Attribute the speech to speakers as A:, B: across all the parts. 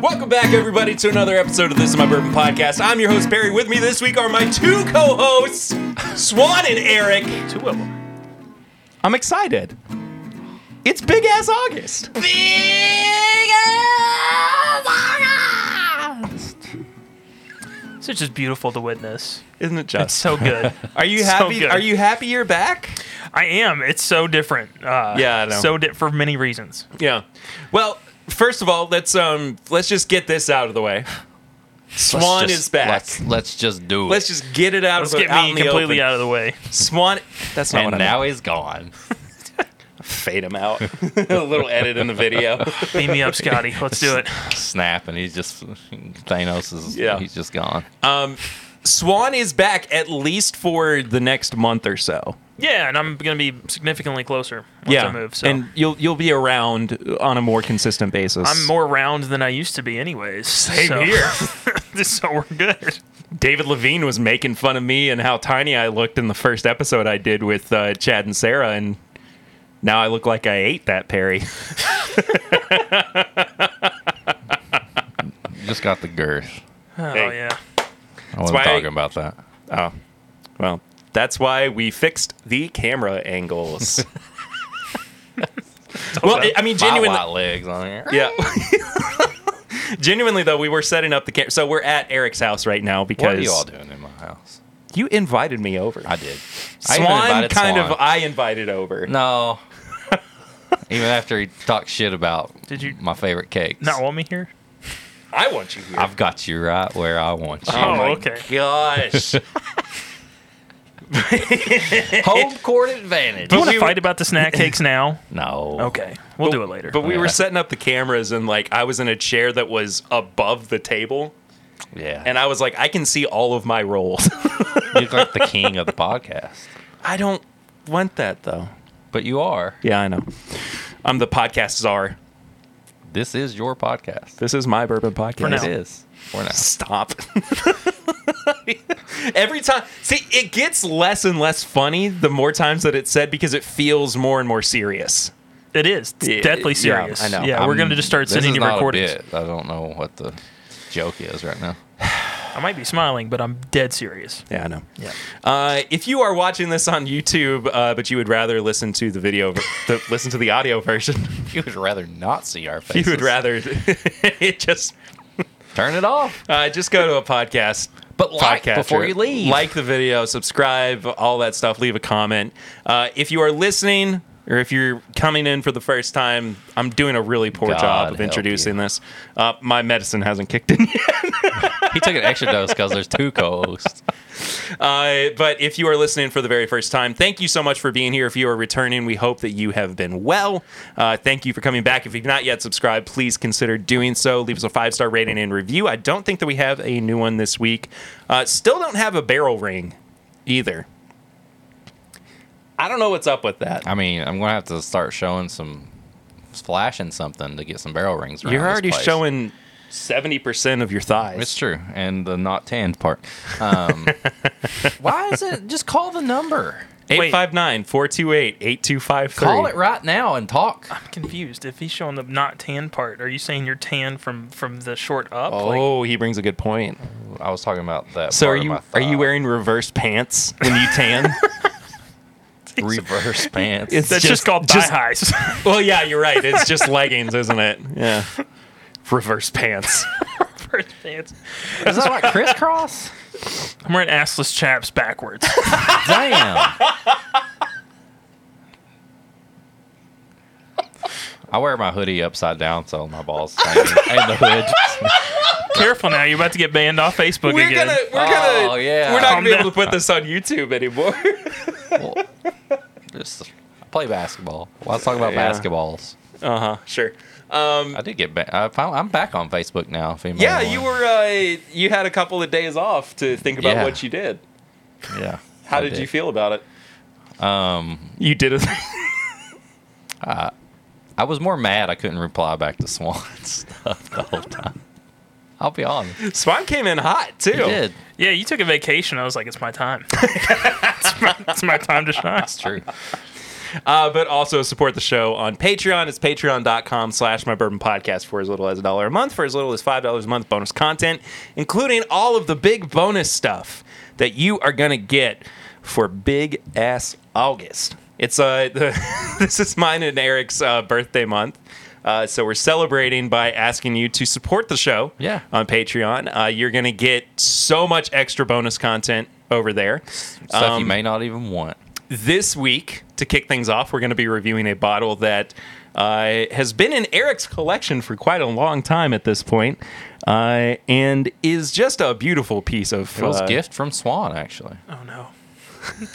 A: Welcome back, everybody, to another episode of This Is My Bourbon Podcast. I'm your host, Barry. With me this week are my two co hosts, Swan and Eric.
B: Two of them.
A: I'm excited. It's Big Ass August.
B: This is just beautiful to witness.
A: Isn't it
B: It's
A: just?
B: so good.
A: are you
B: so
A: happy?
B: good.
A: are you happy you're back?
B: I am. It's so different. Uh,
A: Yeah, I know.
B: So di- for many reasons.
A: Yeah. Well, first of all, let's um let's just get this out of the way.
C: Let's
A: Swan
C: just-
A: is back.
C: Let's,
A: Let's,
C: let's just do it.
A: just get it out
B: Let's
A: of the
B: get
A: out
B: me
A: in the
B: completely
A: open.
B: out of the way.
A: Swan that's not
C: and
A: what I meant.
C: now he's gone.
A: fade him out. A little edit in the video.
B: Beam me up, Scotty. Let's do it.
C: Snap, and he's just Thanos is.
A: Yeah.
C: he's just gone.
A: Swan is back at least for the next month or so.
B: Yeah, and I'm gonna be significantly closer once I move. So
A: and you'll you'll be around on a more consistent basis.
B: I'm more round than I used to be, anyways. Same
A: here.
B: so we're good.
A: David Levine was making fun of me and how tiny I looked in the first episode I did with uh, Chad and Sarah, and now I look like I ate that Perry.
C: You just got the girth.
B: Oh
A: Hey.
B: yeah.
C: I wasn't
A: why I-
C: talking about that.
A: Well, that's why we fixed the camera angles. well, I- I mean,
C: Genuine
A: genuinely,
C: lot legs on here.
A: yeah. genuinely though, we were setting up the camera, so we're at Eric's house right now because
C: What are you all doing in my house?
A: you invited me over.
C: I did. I even
A: Swan
C: invited
A: kind
C: Swan.
A: of I invited over.
C: no. even after he talked shit about
B: Did you-
C: my favorite cakes?
B: Not want me here.
A: I want you here.
C: I've got you right where I want you.
B: Oh,
A: my
B: okay.
A: Gosh.
C: Home court advantage.
B: Do you want
A: we
B: to
A: were-
B: fight about the snack cakes now?
C: No.
B: Okay, we'll do it later.
A: But we
C: Yeah.
A: were setting up the cameras, and like I was in a chair that was above the table,
C: Yeah.
A: and I was like, I can see all of my rolls.
C: you look like the king of the podcast.
A: I don't want that though.
C: But you are.
A: Yeah, I know. I'm the podcast czar.
C: This is your podcast.
A: This is my bourbon podcast.
B: For now.
C: It is. We're not.
A: Stop. Every time, see, it gets less and less funny the more times that it's said because it feels more and more serious.
B: It is. It's
A: Yeah,
B: deathly
A: yeah,
B: serious.
A: I know.
B: Yeah, we're gonna just start
C: this
B: sending
C: is
B: you
C: not a
B: recordings.
C: bit. I don't know what the joke is right now.
B: I might be smiling, but I'm dead serious.
A: Yeah, I know.
B: Yeah.
A: Uh, if you are watching this on YouTube, uh, but you would rather listen to the video, ver- the, listen to the audio version,
C: You would rather not see our
A: you
C: faces.
A: would rather it just
C: turn it off.
A: uh, just go to a podcast.
C: But like
A: podcatcher.
C: before you leave.
A: like the video, subscribe, all that stuff. Leave a comment. Uh, if you are listening, or if you're coming in for the first time, I'm doing a really poor
C: God
A: job of
C: help
A: introducing this. Uh, my medicine hasn't kicked in yet.
C: He took an extra dose because there's two co-hosts.
A: Uh, but if you are listening for the very first time, thank you so much for being here. If you are returning, we hope that you have been well. Uh, thank you for coming back. If you've not yet subscribed, please consider doing so. Leave us a five star rating and review. I don't think that we have a new one this week. Uh, still don't have a barrel ring either. I don't know what's up with that.
C: I mean, I'm gonna have to start showing some, flashing something to get some barrel rings. Around
A: You're
C: this
A: already
C: place.
A: showing 70% of your thighs.
C: It's true, and the not tanned part. Um, why is it? Just call the number.
A: 859 428 8253.
C: Call it right now and talk.
B: I'm confused. If he's showing the not tan part, are you saying you're tan from from the short up? Like,
A: Oh, he brings a good point.
C: I was talking about that.
A: So
C: part
A: are
C: of
A: you
C: my
A: are you
C: thigh.
A: wearing reverse pants when you tan?
C: reverse pants?
A: It's-
B: that's
A: just-
B: just called
A: just-
B: thigh highs.
A: well, yeah, you're right. It's just leggings, isn't it? Yeah. Reverse pants.
B: First pants.
C: is that like crisscross?
B: I'm wearing assless chaps backwards.
C: Damn. I wear my hoodie upside down so my balls hang in the hood.
B: Careful now, you're about to get banned off Facebook
A: We're
B: again.
A: gonna we're
C: Oh,
A: gonna
C: yeah.
A: we're not gonna be
B: Calm
A: able to put this on YouTube anymore.
C: Well, just I play basketball. Well, let's talk about
A: Yeah.
C: basketballs.
A: uh-huh. Sure. Um
C: I did get back. I found, I'm back on Facebook now. If anybody
A: yeah, you
C: wants.
A: were uh, you had a couple of days off to think about
C: Yeah.
A: what you did.
C: Yeah.
A: How
C: I
A: did, you feel about it?
C: Um,
A: You did a thing.
C: I was more mad I couldn't reply back to Swan's stuff the whole time. I'll be honest. You
A: Swan came in hot too.
C: did.
B: Yeah, you took a vacation. I was like, it's my time. it's, my, it's my time to shine.
C: It's true.
A: Uh, but also support the show on Patreon. It's patreon.com slash my bourbon podcast for as little as a dollar a month, for as little as five dollars a month, bonus content, including all of the big bonus stuff that you are gonna get for big ass August. It's uh the, this is mine and Eric's uh, birthday month. Uh, so we're celebrating by asking you to support the show
C: Yeah.
A: on Patreon. Uh, you're going to get so much extra bonus content over there.
C: Stuff you
A: Um,
C: may not even want.
A: this week, to kick things off, we're going to be reviewing a bottle that uh, has been in Eric's collection for quite a long time at this point, uh, and is just a beautiful piece of.
C: It was
A: uh,
C: gift from Swan, actually.
B: Oh no.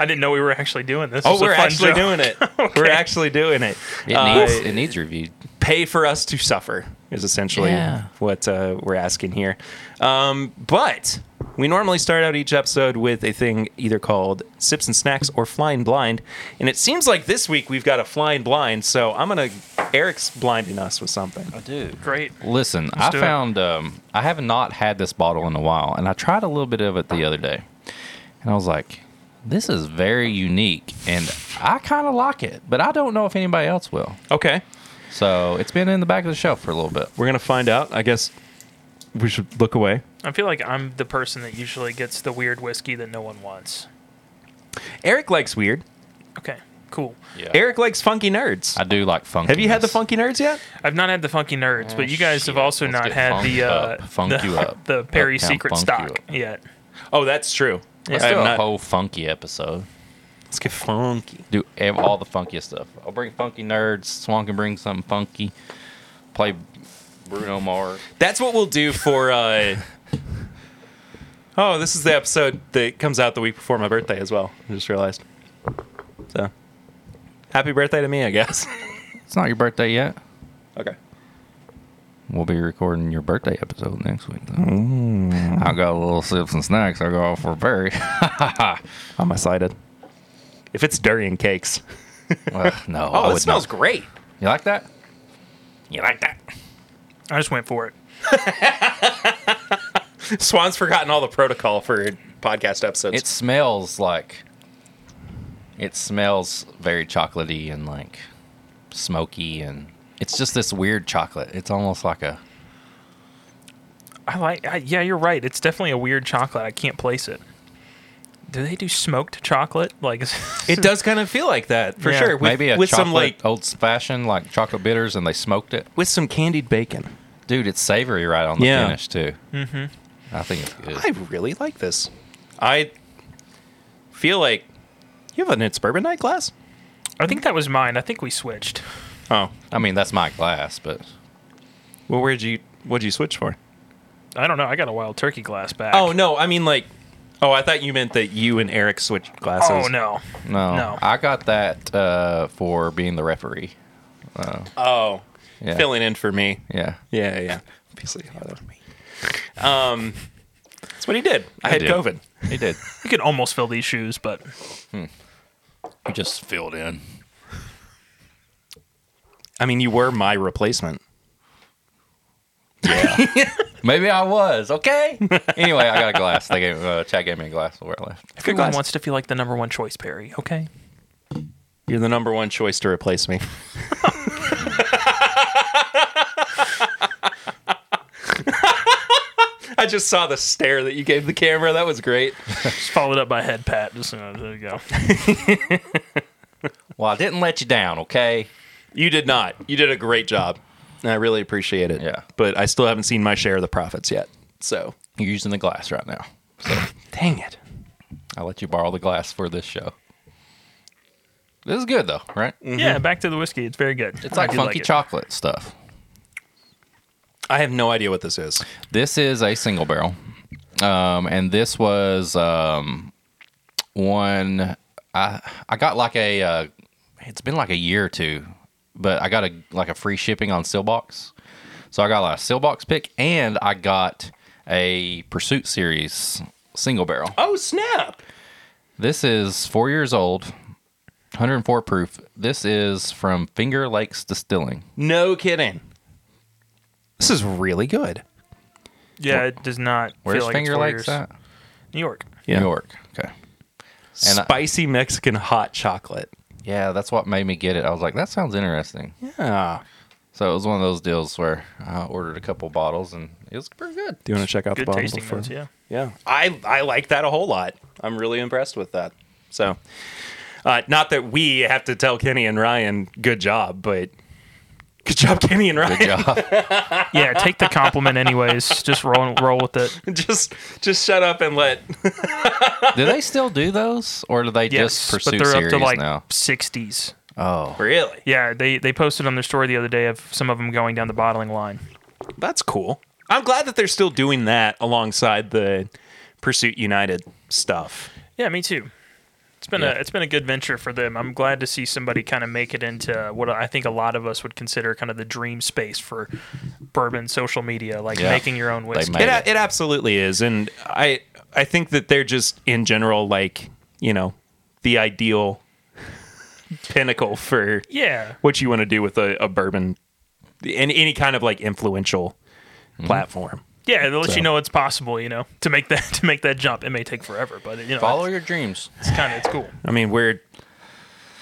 B: I didn't know we were actually doing this.
A: Oh,
B: This is a
A: we're
B: fun
A: actually
B: job.
A: doing it. We're actually doing it.
C: It
A: Uh,
C: needs it needs reviewed.
A: pay for us to suffer is essentially
C: Yeah.
A: what uh, we're asking here. Um, but we normally start out each episode with a thing either called sips and snacks or flying blind, and it seems like this week we've got a flying blind. So I'm gonna Eric's blinding us with something.
C: I do.
B: Great.
C: Listen,
B: Let's do
C: I
B: it.
C: found um, I have not had this bottle in a while, and I tried a little bit of it the other day, and I was like, "This is very unique, and I kind of like it, but I don't know if anybody else will."
A: Okay,
C: So it's been in the back of the shelf for a little bit.
A: we're gonna find out. I guess we should look away.
B: I feel like I'm the person that usually gets the weird whiskey that no one wants.
A: Eric likes weird.
B: Okay, cool.
C: Yeah.
A: Eric likes funky nerds.
C: I do like funky.
A: Have you had the funky nerds yet?
B: I've not had the funky nerds, but you guys have
C: Oh, shit.
B: also
C: Let's
B: not
C: get
B: had the
C: funked
B: uh,
C: up, funk
B: the,
C: you up.
B: the Perry
C: Uptown
B: Secret
C: funk you
B: Stock
C: up.
B: yet.
A: Oh, that's true.
C: Let's
A: I'm
C: do a
A: not-
C: whole funky episode.
A: Let's get funky.
C: Do ev- all the funkiest stuff. I'll bring funky nerds. Swan can bring something funky. Play Bruno Mars.
A: That's what we'll do for. Uh, oh, this is the episode that comes out the week before my birthday as well. I just realized. So, happy birthday to me, I guess.
C: It's not your birthday yet.
A: okay.
C: We'll be recording your birthday episode next week. Though. I got a little sips and snacks. I got for Barry.
A: I'm excited. If it's durian cakes.
C: well, no,
A: Oh,
C: I
A: it
C: would
A: smells
C: not.
A: great.
C: You like that? You like that?
B: I just went for it.
A: Swan's forgotten all the protocol for podcast episodes.
C: It smells like. It smells very chocolatey and like smoky, and it's just this weird chocolate. It's almost like a.
B: I like. I, yeah, you're right. It's definitely a weird chocolate. I can't place it. Do they do smoked chocolate? Like, is-
A: it does kind of feel like that for
B: Yeah.
A: sure. With,
C: maybe a
A: with
C: chocolate, oh.
A: some like
C: old fashioned like chocolate bitters, and they smoked it.
A: with some candied bacon.
C: Dude, it's savory right on the
A: Yeah.
C: finish too. Mm-hmm. I think it's good.
A: I really like this. I feel like you have an it's bourbon night glass.
B: I think that was mine. I think we switched.
A: Oh,
C: I mean, that's my glass, but
A: Well, where'd you what'd you switch for?
B: I don't know. I got a wild turkey glass back.
A: Oh no, I mean like, oh, I thought you meant that you and Eric switched glasses.
B: Oh no.
C: no,
B: No.
C: I got that uh, for being the referee.
A: Oh,
C: Yeah.
A: filling in for me.
C: Yeah,
A: Yeah, yeah. Um, that's what he did. I, had
C: did.
A: COVID.
C: he did.
B: You could almost fill these shoes, but
C: He just filled in.
A: I mean, you were my replacement.
C: Maybe I was okay. anyway, I got a glass. They gave uh, Chad gave me a glass where I left.
B: everyone
A: glass.
B: wants to feel like the number one choice, Perry. Okay.
A: You're the number one choice to replace me. I just saw the stare that you gave the camera. That was great.
B: Just followed up by a head pat. Just uh, there you go.
C: Well, I didn't let you down. Okay.
A: You did not. You did a great job. And I really appreciate it.
C: Yeah.
A: But I still haven't seen my share of the profits yet. So
C: You're using the glass right now.
A: dang it.
C: I let you borrow the glass for this show. This is good though, right?
A: Mm-hmm.
B: Yeah, back to the whiskey. It's very good.
C: It's like
B: I do
C: funky
B: it.
C: chocolate stuff.
A: I have no idea what this is.
C: This is a single barrel, um, and this was um, one I I got like a uh, it's been like a year or two, but I got a like a free shipping on Sealbox, so I got like a Sealbox pick, and I got a Pursuit Series single barrel.
A: Oh snap.
C: This is four years old, 104 proof. This is from Finger Lakes Distilling.
A: No kidding. This is really good.
B: Yeah, it does not
C: Where's
B: feel like
C: Finger
B: it's four years.
C: Lakes at?
B: New York.
A: Yeah.
C: New York. Okay. And I-
A: Spicy Mexican hot chocolate.
C: Yeah, that's what made me get it. I was like, that sounds interesting.
A: Yeah.
C: So it was one of those deals where I ordered a couple bottles and it was pretty good.
A: Do you want to check out the
B: Good
A: bottle
B: tasting
A: before?
B: notes, yeah.
A: Yeah, I I like that a whole lot. I'm really impressed with that. So, uh, not that we have to tell Kenny and Ryan good job, but good job, Kenny and Ryan.
C: Good job.
B: Yeah, take the compliment anyways. Just roll roll with it.
A: just just shut up and let.
C: do they still do those or do they
B: Yes,
C: just
B: but
C: pursue
B: they're up
C: series
B: to like
C: now?
B: 60s.
C: Oh.
A: really,
B: Yeah, they they posted on their story the other day of some of them going down the bottling line.
A: that's cool. I'm glad that they're still doing that alongside the Pursuit United stuff.
B: Yeah, me too. It's been a it's been a good venture for them. I'm glad to see somebody kind of make it into what I think a lot of us would consider kind of the dream space for bourbon social media, like
C: Yeah.
B: making your own whiskey.
C: made
A: It,
C: Yeah.
A: it absolutely is, and I I think that they're just in general like you know the ideal pinnacle for
B: Yeah,
A: what you want to do with a, a bourbon and any kind of like influential platform.
B: yeah. They'll let
A: So.
B: you know it's possible. You know, to make that to make that jump, it may take forever, but you know,
C: Follow your dreams.
B: it's kind of it's cool.
A: I mean, we're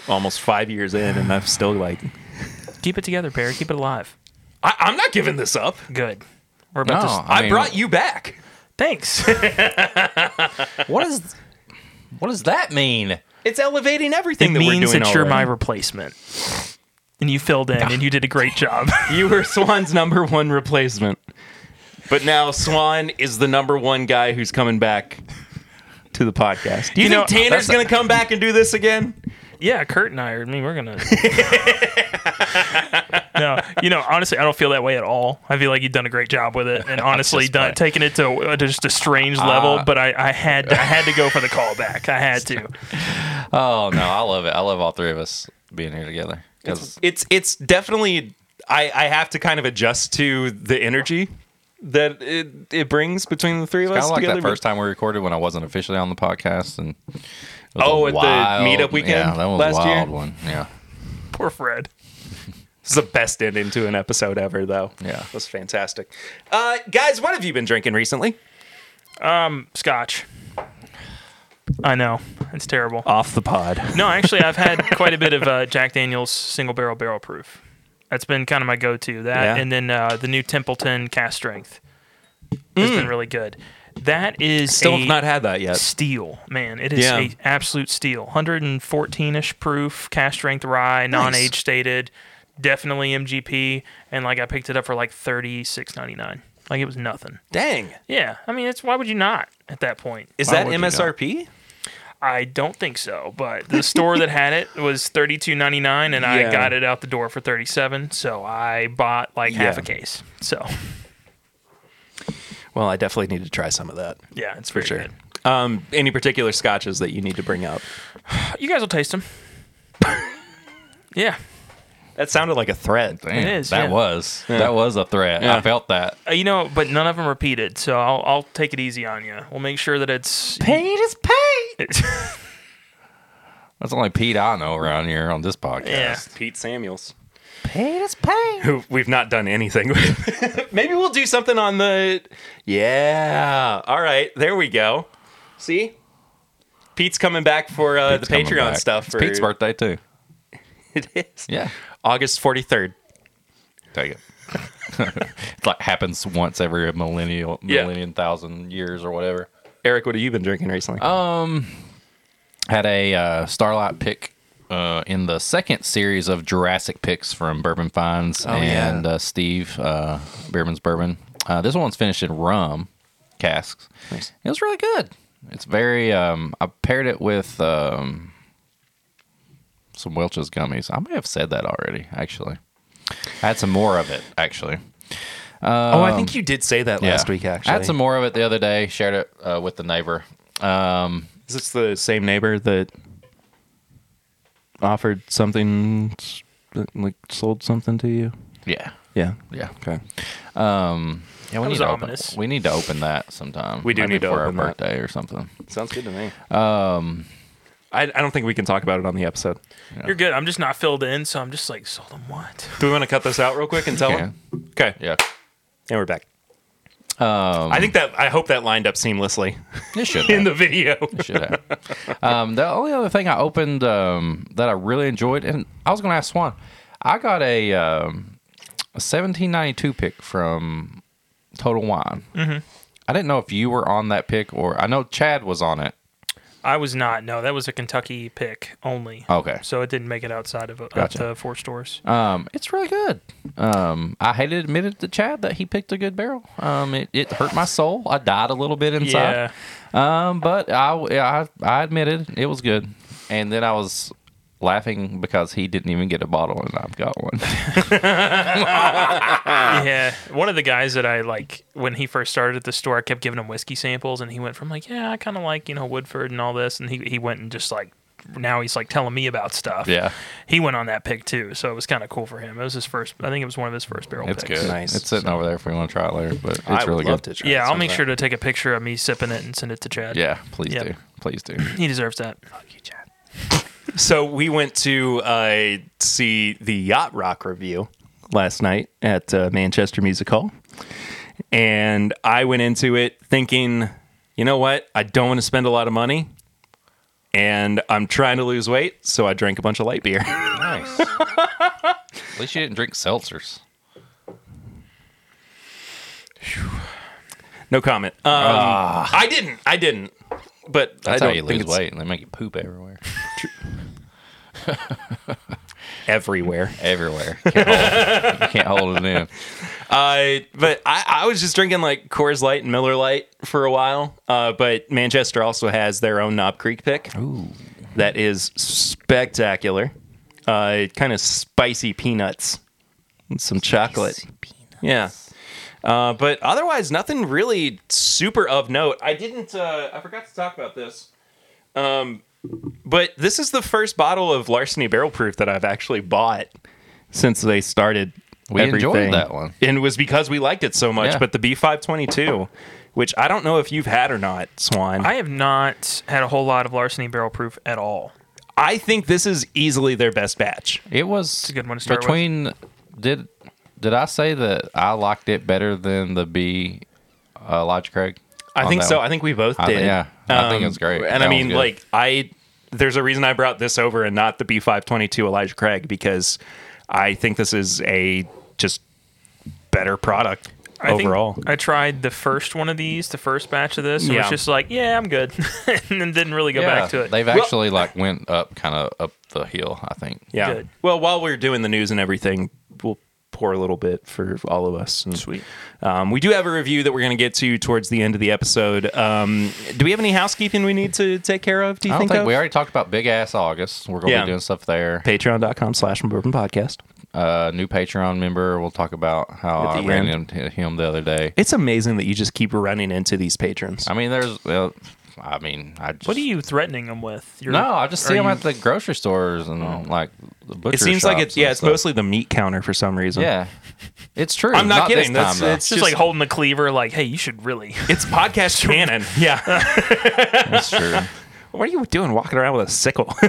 A: almost five years in, and I'm still like,
B: Keep it together, Barry. Keep it alive.
A: I, I'm not giving this up.
B: Good. We're about to.
C: No,
B: s-
A: I,
C: mean,
A: brought you back.
B: Thanks.
C: What is What does that mean?
A: It's elevating everything
B: it
A: that
B: means
A: we're doing.
B: that you're my
A: already.
B: replacement. And you filled in, and you did a great job.
A: you were Swan's number one replacement, but now Swan is the number one guy who's coming back to the podcast. Do you,
B: You
A: think
B: know,
A: Tanner's going to come back and do this again?
B: yeah, Kurt and I are. I mean, we're gonna. no, you know, honestly, I don't feel that way at all. I feel like you've done a great job with it, and honestly,
C: just
B: done,
C: funny.
B: taking it to, uh, to just a strange level. But I, I had, to, I had to go for the callback. I had to.
C: Oh no, I love it. I love all three of us being here together. 'Cause-
A: it's it's definitely I, I have to kind of adjust to the energy that it, it brings between the three of
C: Kind
A: us
C: of like
A: together.
C: that first time we recorded when I wasn't officially on the podcast, and it was
A: Oh,
C: a
A: at the
C: wild-
A: meetup weekend
C: Yeah, that was
A: last
C: a
A: year?
C: wild one. Yeah,
B: Poor Fred.
A: It's the best ending to an episode ever, though.
C: Yeah.
A: it was fantastic. Uh, guys, what have you been drinking recently?
B: Scotch. I know it's terrible.
A: Off the pod.
B: No, actually, I've had quite a bit of uh, Jack Daniel's single barrel barrel proof. That's been kind of my go to.
A: Yeah.
B: That and then uh, the new Templeton cast strength has been really good. That is
A: Mm. Still
B: a
A: have not had that yet.
B: steal, man. It is
A: Yeah.
B: a absolute steal. 114 ish proof, cast strength rye, non age stated, definitely MGP, and like I picked it up for like 36.99. Like it was nothing.
A: Dang,
B: Yeah, I mean, it's why would you not at that point?
A: is
C: Why
A: that
C: would you not?
A: MSRP?
B: I don't think so, but the store that had it was thirty two ninety nine, and
A: Yeah.
B: I got it out the door for thirty seven. So I bought like half
A: Yeah.
B: a case. So
A: Well, I definitely need to try some of that.
B: yeah, it's
A: For
B: very
A: sure.
B: good.
A: Um, any particular scotches that you need to bring up?
B: You guys will taste them. yeah,
A: That sounded like a threat.
C: Damn,
B: It is,
C: That
B: yeah.
C: was that was a threat.
A: Yeah.
C: I felt that.
B: Uh, you know, but none of them repeated. So I'll I'll take it easy on you. We'll make sure that it's.
A: Pain is pain.
B: it's
C: That's the only Pete I know around here on this podcast.
B: yeah,
A: Pete Samuels. Pete is Pete. Who we've not done anything with. Maybe we'll do something on the. Yeah. All right. There we go. See? Pete's coming back for uh,
C: Pete's
A: the
C: coming
A: Patreon
C: back.
A: stuff.
C: It's
A: For,
C: Pete's birthday too.
A: It is.
C: Yeah,
A: August 43rd.
C: take it. it like happens once every millennial
A: Yeah.
C: millennium thousand years or whatever.
A: Eric, what have you been drinking recently?
C: Oh, had a uh, Starlight pick uh, in the second series of Jurassic picks from Bourbon Finds
A: Oh, yeah.
C: and uh, Steve uh, Beerman's Bourbon. Uh, this one's finished in rum casks.
A: Nice.
C: It was really good. It's very. Um, I paired it with um, some Welch's gummies. I may have said that already. Actually, I had some more of it. Actually,
A: oh, I think you did say that
C: um, Yeah.
A: last week, actually.
C: I had some more of it the other day. Shared it uh, with the neighbor. Um,
A: Is this the same neighbor that offered something, like sold something to you?
C: yeah,
A: Yeah.
C: yeah.
A: Okay.
C: Yeah, we
B: That
C: need
B: was
C: to
B: ominous.
C: Open, we need to open that sometime.
A: We do
C: Maybe
A: need to
C: for
A: open
C: our
A: that.
C: birthday or something.
A: Sounds good to me. Um, I, I don't think we can talk about it on the episode.
B: you're good. I'm just not filled in, so I'm just like sold them what?
A: Do we want to cut this out real quick and tell
C: Yeah. Um,
A: him? Okay.
C: Yeah.
A: And we're back. I think that I hope that lined up seamlessly
C: It should.
A: in
C: have.
A: the video.
C: should have. um, the only other thing I opened um, that I really enjoyed, and I was going to ask Swan, I got a, um, a 1792 pick from Total Wine. Mm-hmm. I didn't know if you were on that pick or I know Chad was on it.
B: I was not. No, that was a Kentucky pick only.
C: Okay.
B: So it didn't make it outside of, of
C: Gotcha.
B: the four stores.
C: Um, it's really good. Um, I hated admitted to Chad that he picked a good barrel. Um, it, it hurt my soul. I died a little bit inside.
B: Yeah.
C: Um, but I, I I admitted it was good, and then I was laughing because he didn't even get a bottle and I've got one.
B: Yeah, one of the guys that I like when he first started at the store, I kept giving him whiskey samples, and he went from like, yeah, I kind of like you know Woodford and all this, and he he went and just like now he's like telling me about stuff.
C: Yeah.
B: he went on that pick too, so it was kind of cool for him. It was his first, I think it was one of his first barrel
C: It's
B: picks.
C: good.
D: Nice.
C: It's sitting over there if we want to try it later, but it's
D: I would
C: really
D: love
C: good.
D: to try
B: Yeah,
D: some
B: I'll
D: of
B: make
D: that.
B: sure to take a picture of me sipping it and send it to Chad.
C: Yeah, please
B: Yeah.
C: do. Please do.
B: he deserves that.
A: So we went to uh, see the Yacht Rock review last night at uh, Manchester Music Hall, and I went into it thinking, you know what, I don't want to spend a lot of money, and I'm trying to lose weight, so I drank a bunch of light beer.
C: nice. At least you didn't drink seltzers.
A: no comment. Um, I didn't. I didn't. But
C: Ah. That's
A: I
C: how
A: don't
C: you
A: think
C: lose
A: it's
C: weight. and They make you poop everywhere.
A: everywhere.
C: everywhere. Can't hold, you can't hold it in.
A: Uh, but I, I was just drinking like Coors Light and Miller Light for a while. Uh, but Manchester also has their own Knob Creek pick. That is spectacular. Uh, kind of spicy peanuts and some chocolate. Yeah. Uh, but otherwise, nothing really super of note. I didn't. Uh, I forgot to talk about this. Um, but this is the first bottle of Larceny Barrel Proof that I've actually bought since they started.
C: We enjoyed
A: everything.
C: that one.
A: and it was because we liked it so much.
C: Yeah.
A: But the B five twenty two, which I don't know if you've had or not, Swan.
B: I have not had a whole lot of larceny barrel proof at all.
A: I think this is easily their best batch.
C: It was
B: a good one to start with.
C: between. Did did I say that I liked it better than the B uh, Lodge Craig?
A: I
C: on
A: think
C: that
A: so.
C: one?
A: I think we both
C: I thi-
A: did. Um,
C: yeah. I think it's great.
A: And
C: That
A: I
C: one's
A: mean,
C: good.
A: like I, there's a reason I brought this over and not the B522 Elijah Craig because I think this is a just better product
B: I think
A: overall.
B: I tried the first one of these, the first batch of this. and It
A: Yeah.
B: was just like, yeah, I'm good, and then didn't really go back to it.
C: They've
A: Well-
C: actually like went up kind of up the hill. I think.
A: yeah.
B: good.
A: Well, while we're doing the news and everything, we'll pour a little bit for all of us. And,
B: Sweet.
A: Um, we do have a review that we're going to get to towards the end of the episode. Um, do we have any housekeeping we need to take care of? Do you
C: I don't
A: think,
C: think
A: of?
C: we already talked about Big Ass August. We're gonna
A: Yeah.
C: be doing stuff there.
A: Patreon.com slash bourbon podcast.
C: Uh, new Patreon member. We'll talk about how
A: At
C: I
A: the
C: ran
A: end.
C: into him the other day.
A: It's amazing that you just keep running into these patrons.
C: I mean, there's. Well, I mean, I just.
B: What are you threatening them with? You're,
C: No, I just see
B: are
C: him
B: you-
C: at the grocery stores and like the butcher
A: Oh. It seems like
C: shops
A: it's yeah,
C: and
A: it's
C: stuff.
A: mostly the meat counter for some reason.
C: Yeah, it's true.
A: I'm not
C: this
A: kidding. That's-
C: time, though.
A: it's
B: just, like holding the cleaver, like, hey, you should really.
A: it's podcast canon. Yeah,
C: That's true.
A: what are you doing walking around with a sickle?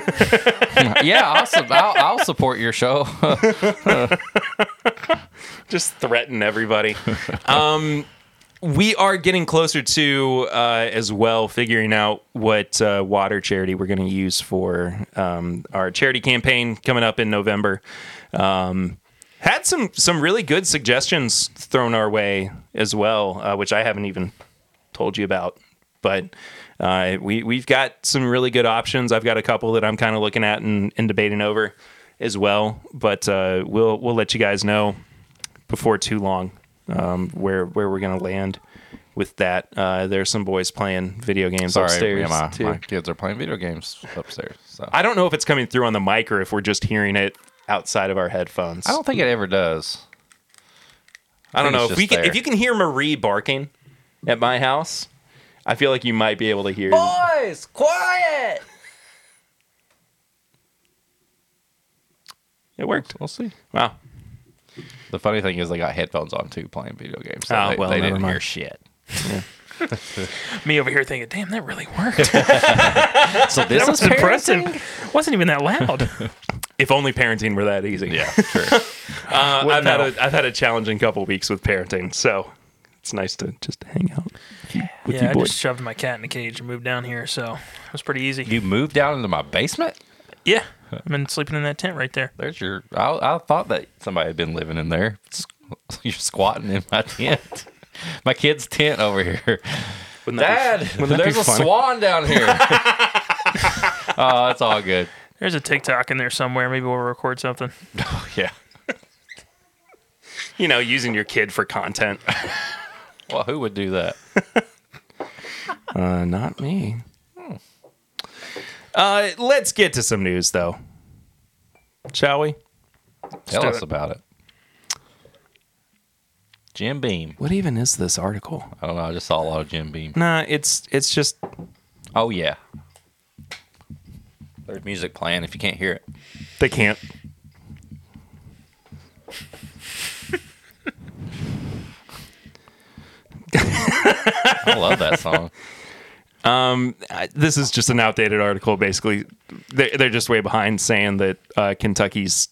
C: yeah, I'll, su- I'll, I'll support your show.
A: Just threaten everybody. Um, we are getting closer to uh, as well figuring out what uh, water charity we're going to use for um, our charity campaign coming up in November. Um, had some some really good suggestions thrown our way as well, uh, which I haven't even told you about. But uh, we we've got some really good options. I've got a couple that I'm kind of looking at and, and debating over as well. But uh, we'll we'll let you guys know before too long um, where where we're gonna land with that. Uh, there's some boys playing video games
C: Sorry, yeah,
A: upstairs
C: my,
A: too.
C: my kids are playing video games upstairs. So I,
A: I don't know if it's coming through on the mic or if we're just hearing it outside of our headphones.
C: don't think it ever does.
A: I don't
C: think
A: know
C: it's
A: if we
C: just
A: can, if
C: there.
A: you can hear Marie barking at my house. I feel like you might be able to hear.
E: Boys, quiet!
A: It worked.
C: We'll see.
A: Wow.
C: The funny thing is, they got headphones on too, playing video games. So
A: Oh,
C: they,
A: well,
C: they
A: never
C: didn't
A: mind.
C: hear shit.
B: Me over here thinking, damn, that really worked.
C: So this
B: that was impressive. Wasn't even that loud.
A: If only parenting were that easy.
C: Yeah, sure.
A: Uh, I've
B: no.
A: had a I've had a challenging couple weeks with parenting, so It's nice to just hang out with you- with
B: yeah,
A: you
B: I
A: boys.
B: just shoved my cat in a cage and moved down here, so it was pretty easy.
C: You moved down into my basement.
B: yeah, I've been sleeping in that tent right there.
C: There's your. I, I thought that somebody had been living in there. S- You're squatting in my tent, my kid's tent over here.
A: Wouldn't that
C: Dad,
A: be- wouldn't that be
C: there's a
A: funny?
C: swan down here. oh, it's all good.
B: There's a TikTok in there somewhere. Maybe we'll record something.
C: Yeah.
A: You know, using your kid for content.
C: Well, who would do that?
A: Uh, not me. Hmm. Uh, let's get to some news, though. Shall we?
C: Tell
B: do
C: us
B: it.
C: about it. Jim Beam.
A: What even is this article?
C: I don't know. I just saw a lot of Jim Beam.
A: Nah, it's it's just
C: Oh yeah. There's music playing. If you can't hear it,
A: they can't.
C: I love that song.
A: I- This is just an outdated article. Basically, they're, they're just way behind, saying that uh, Kentucky's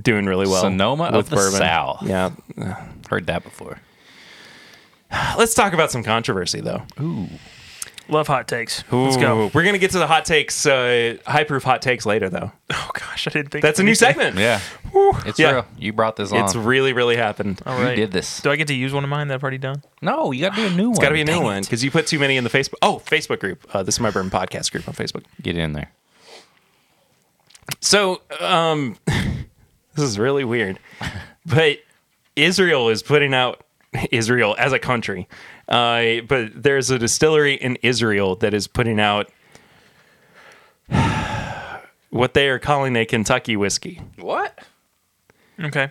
A: doing really well.
C: Sonoma of
A: with
C: the
A: bourbon.
C: South.
A: Yeah.
C: Heard that before.
A: Let's talk about some controversy, though.
B: Love hot takes. Let's
A: Ooh,
B: go.
A: We're gonna get to the hot takes, uh, high proof hot takes later, though.
B: Oh gosh, I didn't think
A: That's a new segment.
C: Yeah,
A: Woo.
C: it's
A: Yeah.
C: real. You brought this on.
A: It's really, really happened.
B: All
C: you
B: right.
C: did this.
B: Do I get to use one of mine that I've already done?
C: No, you got to do a new one.
A: It's got to be a new one because you put too many in the Facebook. Oh, Facebook group. Uh, this is my burn podcast group on Facebook.
C: Get in there.
A: So, um, this is really weird, but Israel is putting out Israel as a country, uh, but there's a distillery in Israel that is putting out what they are calling a Kentucky whiskey.
C: What?
B: Okay.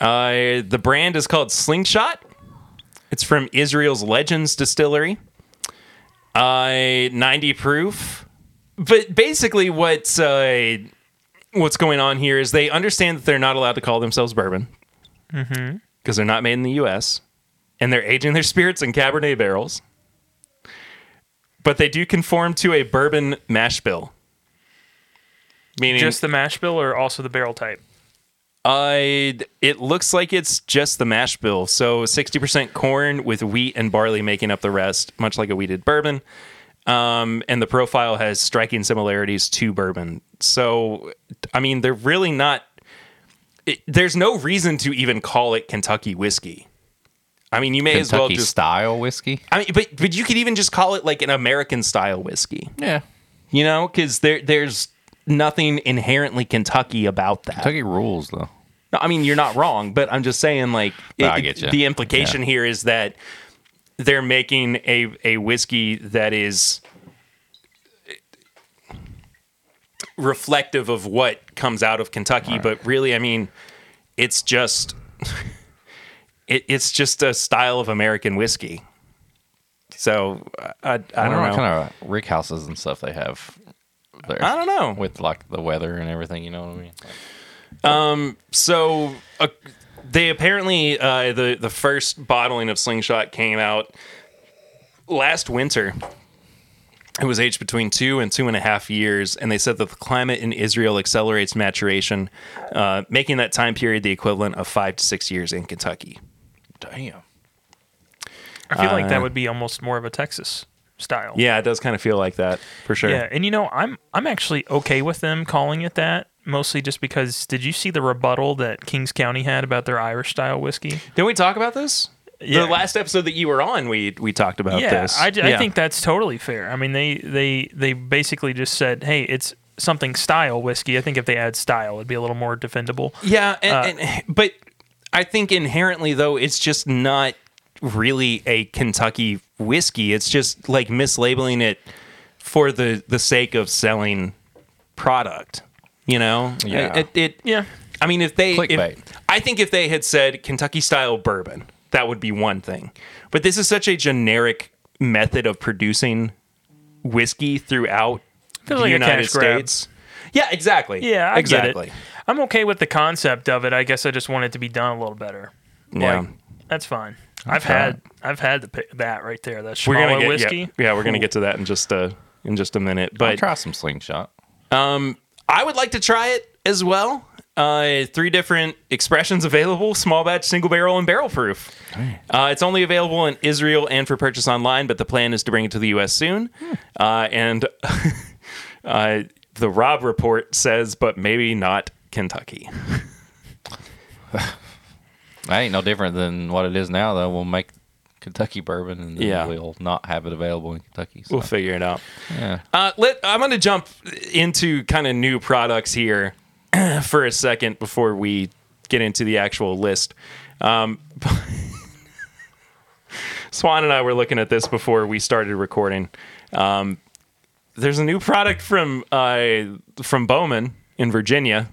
A: Uh, the brand is called Slingshot. It's from Israel's Legends Distillery. Uh, 90 proof. But basically, what's uh, what's going on here is they understand that they're not allowed to call themselves bourbon because they're not made in the U.S. and they're aging their spirits in Cabernet barrels. But they do conform to a bourbon mash bill, meaning
B: Just the mash bill or also the barrel type?
A: uh, it looks like it's just the mash bill. So 60% corn with wheat and barley making up the rest, much like a wheated bourbon. Um, and the profile has striking similarities to bourbon. So, I mean, they're really not. It, there's no reason to even call it Kentucky whiskey. I mean, you may as
C: Kentucky
A: well just.
C: style whiskey.
A: I mean, but but you could even just call it like an American style whiskey.
C: Yeah,
A: You know, because there there's nothing inherently Kentucky about that.
C: Kentucky rules though.
A: No, I mean you're not wrong, but I'm just saying like
C: No, I get ya.
A: the implication here is that they're making a a whiskey that is reflective of what comes out of Kentucky, but really I mean it's just it, it's just a style of American whiskey. So I, I, I
C: I
A: don't
C: don't know
A: know.
C: what kind of rick houses and stuff they have there.
A: I don't know.
C: With like the weather and everything, you know what I mean? Like,
A: so uh, they apparently uh, the the first bottling of Slingshot came out last winter. It was aged between two and two and a half years, and they said that the climate in Israel accelerates maturation, uh, making that time period the equivalent of five to six years in Kentucky.
C: damn.
B: I feel
C: Uh,
B: like that would be almost more of a Texas style.
A: Yeah, it does kind of feel like that for sure.
B: Yeah, and you know, I'm I'm actually okay with them calling it that, mostly just because did you see the rebuttal that Kings County had about their Irish style whiskey?
A: Didn't we talk about this? The
B: Yeah.
A: last episode that you were on, we we talked about
B: yeah,
A: this.
B: I, I think that's totally fair. I mean, they they they basically just said, "Hey, it's something style whiskey." I think if they add style, it'd be a little more defendable.
A: Yeah,
B: Uh,
A: and, and, but I think inherently though, it's just not really a Kentucky whiskey. It's just like mislabeling it for the the sake of selling product. You know,
C: Yeah.
A: It, it-
B: Yeah.
A: I mean, if they, if-
C: Clickbait.
A: I think if they had said Kentucky style bourbon, that would be one thing. But this is such a generic method of producing whiskey throughout
B: Feels
A: the
B: like a
A: United
B: cash grab.
A: States. Yeah, exactly.
B: Yeah, I
A: exactly.
B: get it. I'm okay with the concept of it. I guess I just want it to be done a little better.
A: Yeah.
B: Like, that's fine. I've
A: fine.
B: had I've had the, pi- that right there. That
A: we're gonna
B: Shmala
A: get
B: whiskey.
A: Yeah, yeah, we're gonna get to that in just a in just a minute.
C: I'll
A: But
C: try some slingshot.
A: I would like to try it as well. Uh, three different expressions available: small batch, single barrel, and barrel proof. Uh, it's only available in Israel and for purchase online, but the plan is to bring it to the U.S. soon. Uh, and uh, the Rob report says, but maybe not Kentucky.
C: That ain't no different than what it is now, though. We'll make Kentucky bourbon, and then
A: Yeah.
C: we'll not have it available in Kentucky. So,
A: We'll figure it out.
C: yeah.
A: Uh, let I'm going to jump into kind of new products here for a second before we get into the actual list. Um, Swan and I were looking at this before we started recording. Um, there's a new product from uh, from Bowman in Virginia.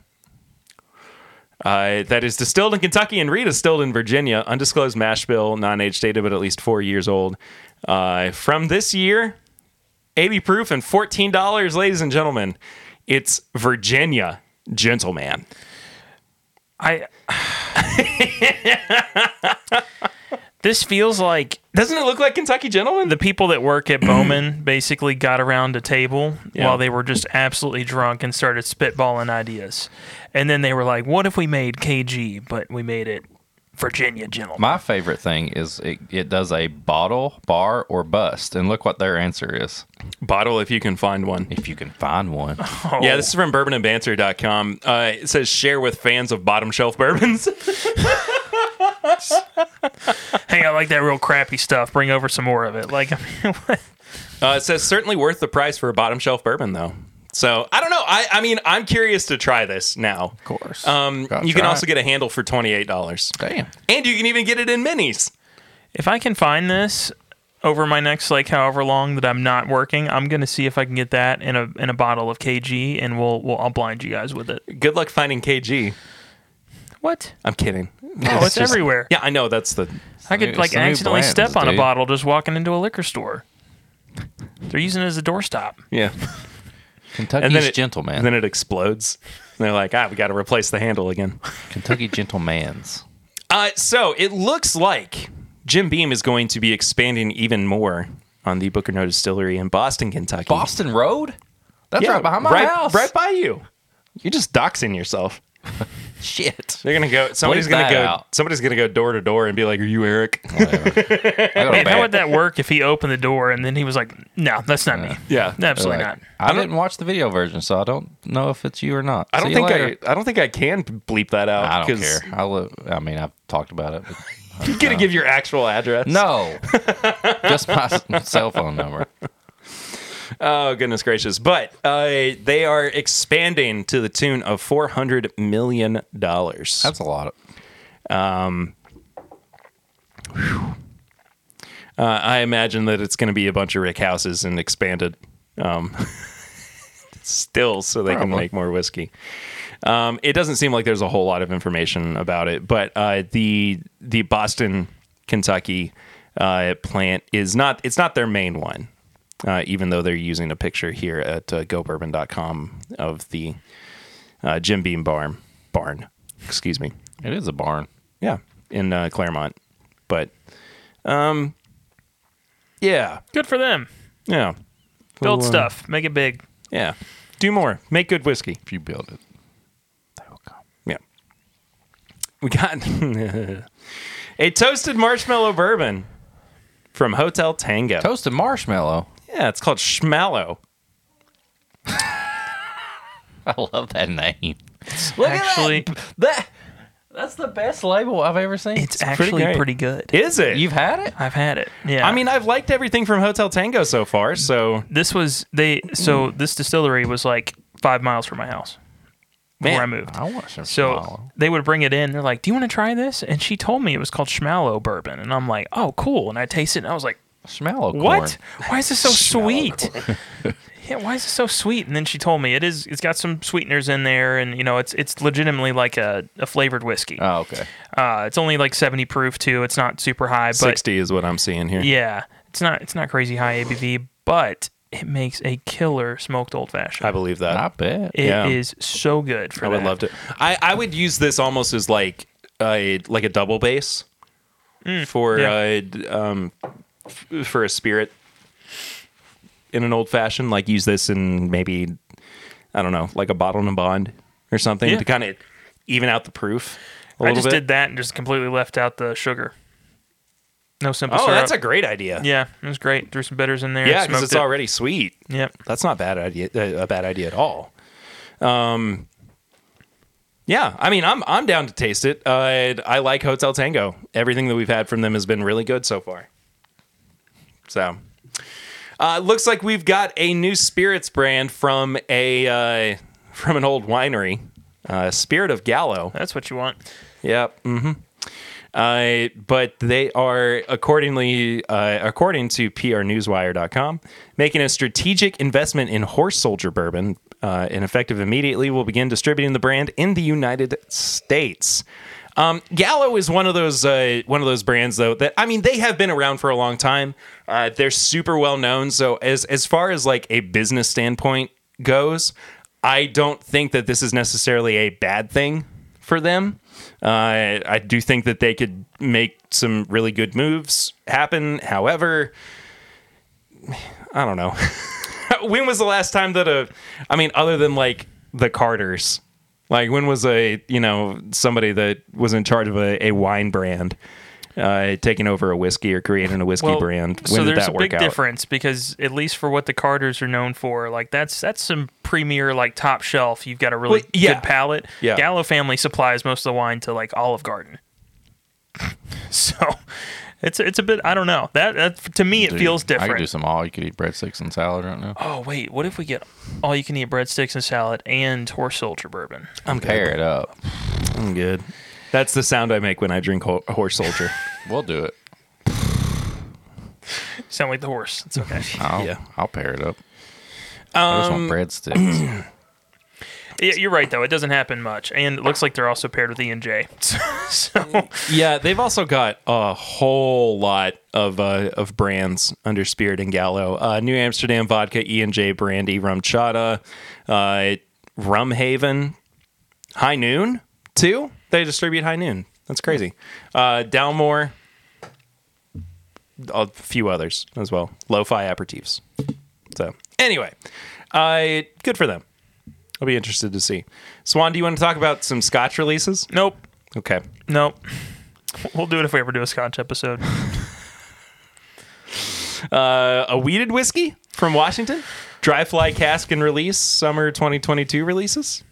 A: Uh, that is distilled in Kentucky and redistilled in Virginia. Undisclosed mash bill, non-age data, but at least four years old. Uh, from this year, 80 proof and $14, ladies and gentlemen. It's Virginia Gentleman.
B: I. this feels like
A: Doesn't it look like Kentucky Gentleman?
B: the people that work at Bowman basically got around a table
A: Yeah.
B: while they were just absolutely drunk and started spitballing ideas. And then they were like, what if we made KG, but we made it Virginia Gentleman?
C: My favorite thing is it, it does a bottle, bar, or bust, and look what their answer is.
A: bottle, if you can find one.
C: If you can find one,
B: Oh,
A: Yeah, this is from bourbonandbanter.com. Uh, it says share with fans of bottom shelf bourbons.
B: hey, I like that real crappy stuff. Bring over some more of it. Like, I mean, what?
A: Uh, it says certainly worth the price for a bottom shelf bourbon, though. So I don't know. I, I mean, I'm curious to try this now.
C: of course.
A: Um,
C: Gotta
A: you can
C: try
A: also
C: it.
A: get a handle for $28.
C: damn.
A: And you can even get it in minis.
B: if I can find this over my next like however long that I'm not working, I'm gonna see if I can get that in a in a bottle of KG, and we'll we'll I'll blind you guys with it.
A: Good luck finding KG.
B: What?
A: I'm kidding.
B: No, Oh, it's,
C: just-
B: everywhere.
A: Yeah, I know. That's the.
B: I could
C: It's
B: like
C: the new
B: accidentally
C: blends,
B: step on a
C: dude.
B: bottle just walking into a liquor store. They're using it as a doorstop.
A: Yeah.
C: Kentucky's gentleman.
A: and then it explodes. And they're like, ah, we got to replace the handle again.
C: Kentucky gentleman's.
A: Uh, so it looks like Jim Beam is going to be expanding even more on the Booker No Distillery in Boston, Kentucky.
C: Boston Road? That's
A: Yeah,
C: right behind my
A: right,
C: house.
A: right by you. You're just doxing yourself.
C: Shit.
A: They're gonna go. Somebody's gonna
C: that
A: go.
C: out?
A: Somebody's gonna go door to door and be like, "Are you Eric?"
C: I,
A: Oh,
C: got a
B: Man, how
C: bad-
B: would that work if he opened the door and then he was like, "No, that's not me.
A: Yeah.
B: absolutely
C: Like,
B: not."
C: I, didn't watch the video version, so I don't know if it's you or not.
A: I don't
C: See you
A: think I.
C: later.
A: I don't think I can bleep that out.
C: I don't
A: 'cause
C: care. I, lo- I mean, I've talked about it. but-
A: You gonna give your actual address?
C: No, just my s- cell phone number.
A: Oh goodness gracious! But uh, they are expanding to the tune of four hundred million dollars.
C: That's a lot. Of,
A: Uh, I imagine that it's going to be a bunch of Rick houses and expanded um, still so they can
C: Probably.
A: make more whiskey. Um, it doesn't seem like there's a whole lot of information about it, but uh, the the Boston, Kentucky uh, plant is not it's not their main one, uh, even though they're using a picture here at uh, gobourbon.com of the uh, Jim Beam barn barn, excuse me,
C: it is a barn.
A: yeah, in uh, Claremont, but um, yeah.
B: Good for them.
A: Yeah.
B: Build
A: Well, uh,
B: stuff, make it big.
A: Yeah. Do more. Make good whiskey.
C: If you build it, they will come.
A: Yeah. We got a toasted marshmallow bourbon from Hotel Tango.
C: Toasted marshmallow.
A: yeah, it's called Schmallow.
C: I love that name.
E: Look
B: Actually,
E: at
C: That that's the best label I've ever seen.
B: it's,
A: pretty
B: actually
A: great.
B: pretty, good.
A: Is it?
C: You've had it.
B: I've had it. Yeah.
A: I mean, I've liked everything from Hotel Tango so far, so
B: this was they so
A: mm.
B: this distillery was like five miles from my house before
A: Man,
B: I moved.
C: I want some
B: So
C: marshmallow.
B: they would bring it in. They're like, "Do you want to try this?" And she told me it was called Schmallow bourbon, and I'm like, "Oh, cool!" And I tasted it, and I was like,
C: Schmallow.
B: "What? Why is this so sweet?" yeah, why is it so sweet? And then she told me it is. It's got some sweeteners in there, and you know, it's it's legitimately like a, a flavored whiskey.
C: Oh, okay.
B: Uh, it's only like 70 proof too. It's not super high, but
A: 60 is what I'm seeing here.
B: yeah, it's not it's not crazy high ABV, but it makes a killer smoked old fashioned.
A: I believe that.
C: I bet.
B: It is
A: Yeah.
B: so good for
A: I would
B: that.
A: love to. I, I would use this almost as like a like a double bass for
B: yeah.
A: uh, d- um f- for a spirit in an old fashioned. Like use this in maybe I don't know, like a bottle and a bond or something
B: Yeah.
A: to kind of even out the proof a
B: I
A: little
B: just
A: bit?
B: did that and just completely left out the sugar. No simple
A: oh,
B: syrup.
A: that's a great idea.
B: yeah, it was great. Threw some bitters in there.
A: yeah, because
B: smoked
A: it's
B: it.
A: already sweet.
B: Yep.
A: That's not bad idea. uh, A bad idea at all. Um, yeah, I mean, I'm I'm down to taste it. Uh, I, I like Hotel Tango. Everything that we've had from them has been really good so far. So, uh, looks like we've got a new spirits brand from a uh, from an old winery, uh, Spirit of Gallo.
B: That's what you want.
A: Yep. hmm Uh, but they are, accordingly, uh, according to PRNewsWire.com, making a strategic investment in Horse Soldier Bourbon, uh, and effective immediately, will begin distributing the brand in the United States. Um, Gallo is one of those uh, one of those brands though that I mean they have been around for a long time. Uh, they're super well known. So as as far as like a business standpoint goes, I don't think that this is necessarily a bad thing for them. Uh, I do think that they could make some really good moves happen. However, I don't know. when was the last time that a, I mean, other than like the Carters, like when was a, you know, somebody that was in charge of a, a wine brand uh, taking over a whiskey or creating a whiskey brand? When
B: so
A: did
B: there's
A: that
B: a
A: work
B: big
A: out?
B: difference because at least for what the Carters are known for, like that's that's some premier like top shelf. You've got a really
A: Well, yeah.
B: good palate.
A: Yeah.
B: Gallo family supplies most of the wine to like Olive Garden. so it's it's a bit I don't know. That, that to me it
C: Dude,
B: feels
C: I could do
B: different.
C: some all you could eat breadsticks and salad right now.
B: Oh wait, what if we get all you can eat breadsticks and salad and horse soldier bourbon?
A: I'm
C: Pair
A: good.
C: it up.
A: I'm Mm, good. That's the sound I make when I drink ho- horse soldier.
C: We'll do it.
B: Sound like the horse. It's okay.
C: I'll,
A: Yeah.
C: I'll pair it up. I just want breadsticks.
B: yeah, you're right though. It doesn't happen much, and it looks like they're also paired with E and J. So
A: Yeah, they've also got a whole lot of uh, of brands under Spirit and Gallo. Uh, New Amsterdam Vodka, E and J Brandy, Rum Chata, uh, Rum Haven, High Noon too. They distribute High Noon. That's crazy. Uh, Dalmore, a few others as well. Lo-fi aperitifs. So anyway, uh, good for them. I'll be interested to see. Swan, do you want to talk about some Scotch releases?
B: nope.
A: Okay.
B: Nope. We'll do it if we ever do a Scotch episode.
A: uh, a weeded whiskey from Washington. Dry fly cask and release, summer 2022 releases.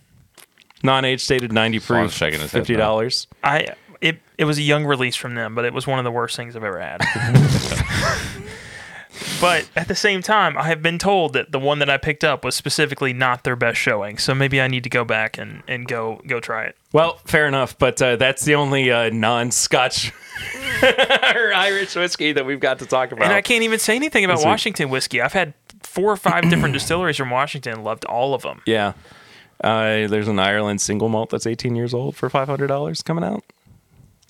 A: Non age stated 90 proof,
C: Swan's shaking his head
A: $50.
B: I it it was a young release from them, but it was one of the worst things I've ever had. but at the same time, I have been told that the one that I picked up was specifically not their best showing. So maybe I need to go back and, and go go try it.
A: Well, fair enough, but uh, that's the only uh, non Scotch or Irish whiskey that we've got to talk about.
B: And I can't even say anything about
A: That's a-
B: Washington whiskey. I've had four or five different distilleries from Washington and loved all of them.
A: Yeah. Uh, there's an Ireland single malt that's 18 years old for $500 coming out.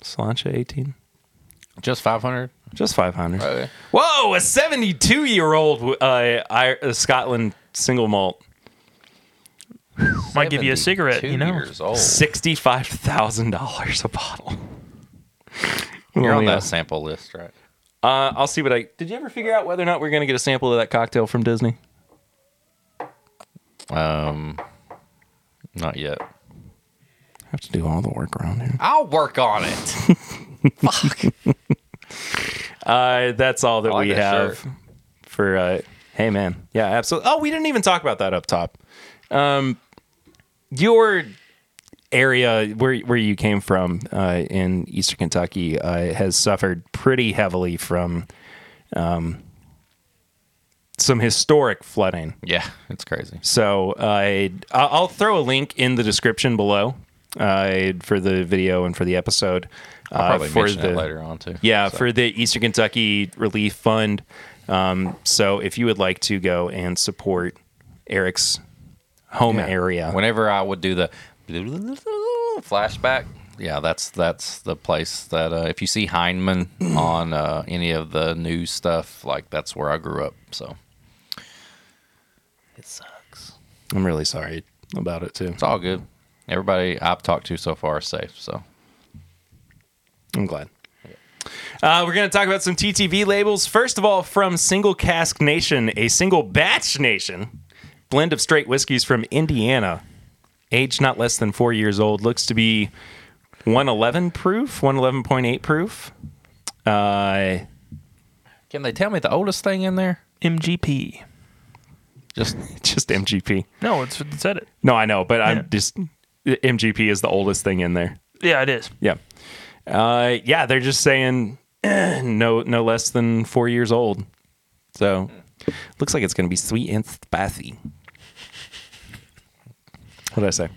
A: Slancha 18.
C: just 500?
A: Just 500.
C: Right.
A: Whoa, a 72 year old uh, Ir- uh, Scotland single malt.
B: Might give you a cigarette, you
C: 72
B: know.
C: Years old.
A: sixty-five thousand dollars a bottle.
C: You're on
A: Yeah.
C: that sample list, right?
A: Uh, I'll see what I. Did you ever figure out whether or not we're gonna get a sample of that cocktail from Disney?
C: Um, Not yet.
A: I have to do all the work around here.
C: I'll work on it.
A: Uh, that's all that
C: I like
A: we
C: that
A: have
C: shirt.
A: for. Uh, hey man, yeah, absolutely. Oh, we didn't even talk about that up top. Um, your area where where you came from uh, in Eastern Kentucky uh, has suffered pretty heavily from um, some historic flooding.
C: Yeah, it's crazy.
A: So I I- I'll throw a link in the description below uh, for the video and for the episode.
C: I'll
A: uh,
C: probably
A: for
C: mention
A: the
C: it later on too.
A: yeah
C: So,
A: for the Eastern Kentucky Relief Fund. Um, so if you would like to go and support Eric's home
C: yeah.
A: area,
C: Whenever I would do the flashback, yeah, that's that's the place that uh, if you see Heinemann on uh, any of the news stuff, like that's where I grew up. So it sucks.
A: I'm really sorry about it too.
C: It's all good. Everybody I've talked to so far is safe. So
A: I'm glad. Uh, we're going to talk about some TTV labels. First of all, from Single Cask Nation, a single batch nation blend of straight whiskeys from Indiana Age not less than four years old. Looks to be 111 proof, 111.8 proof. Uh,
C: Can they tell me the oldest thing in there?
B: MGP.
C: Just
A: just MGP.
B: No, it's it said it.
A: No, I know, but
B: Yeah.
A: I'm just MGP is the oldest thing in there.
B: Yeah, it is.
A: Yeah. Uh, yeah, they're just saying no no less than four years old. So looks like it's gonna be sweet and spicy. What did I say?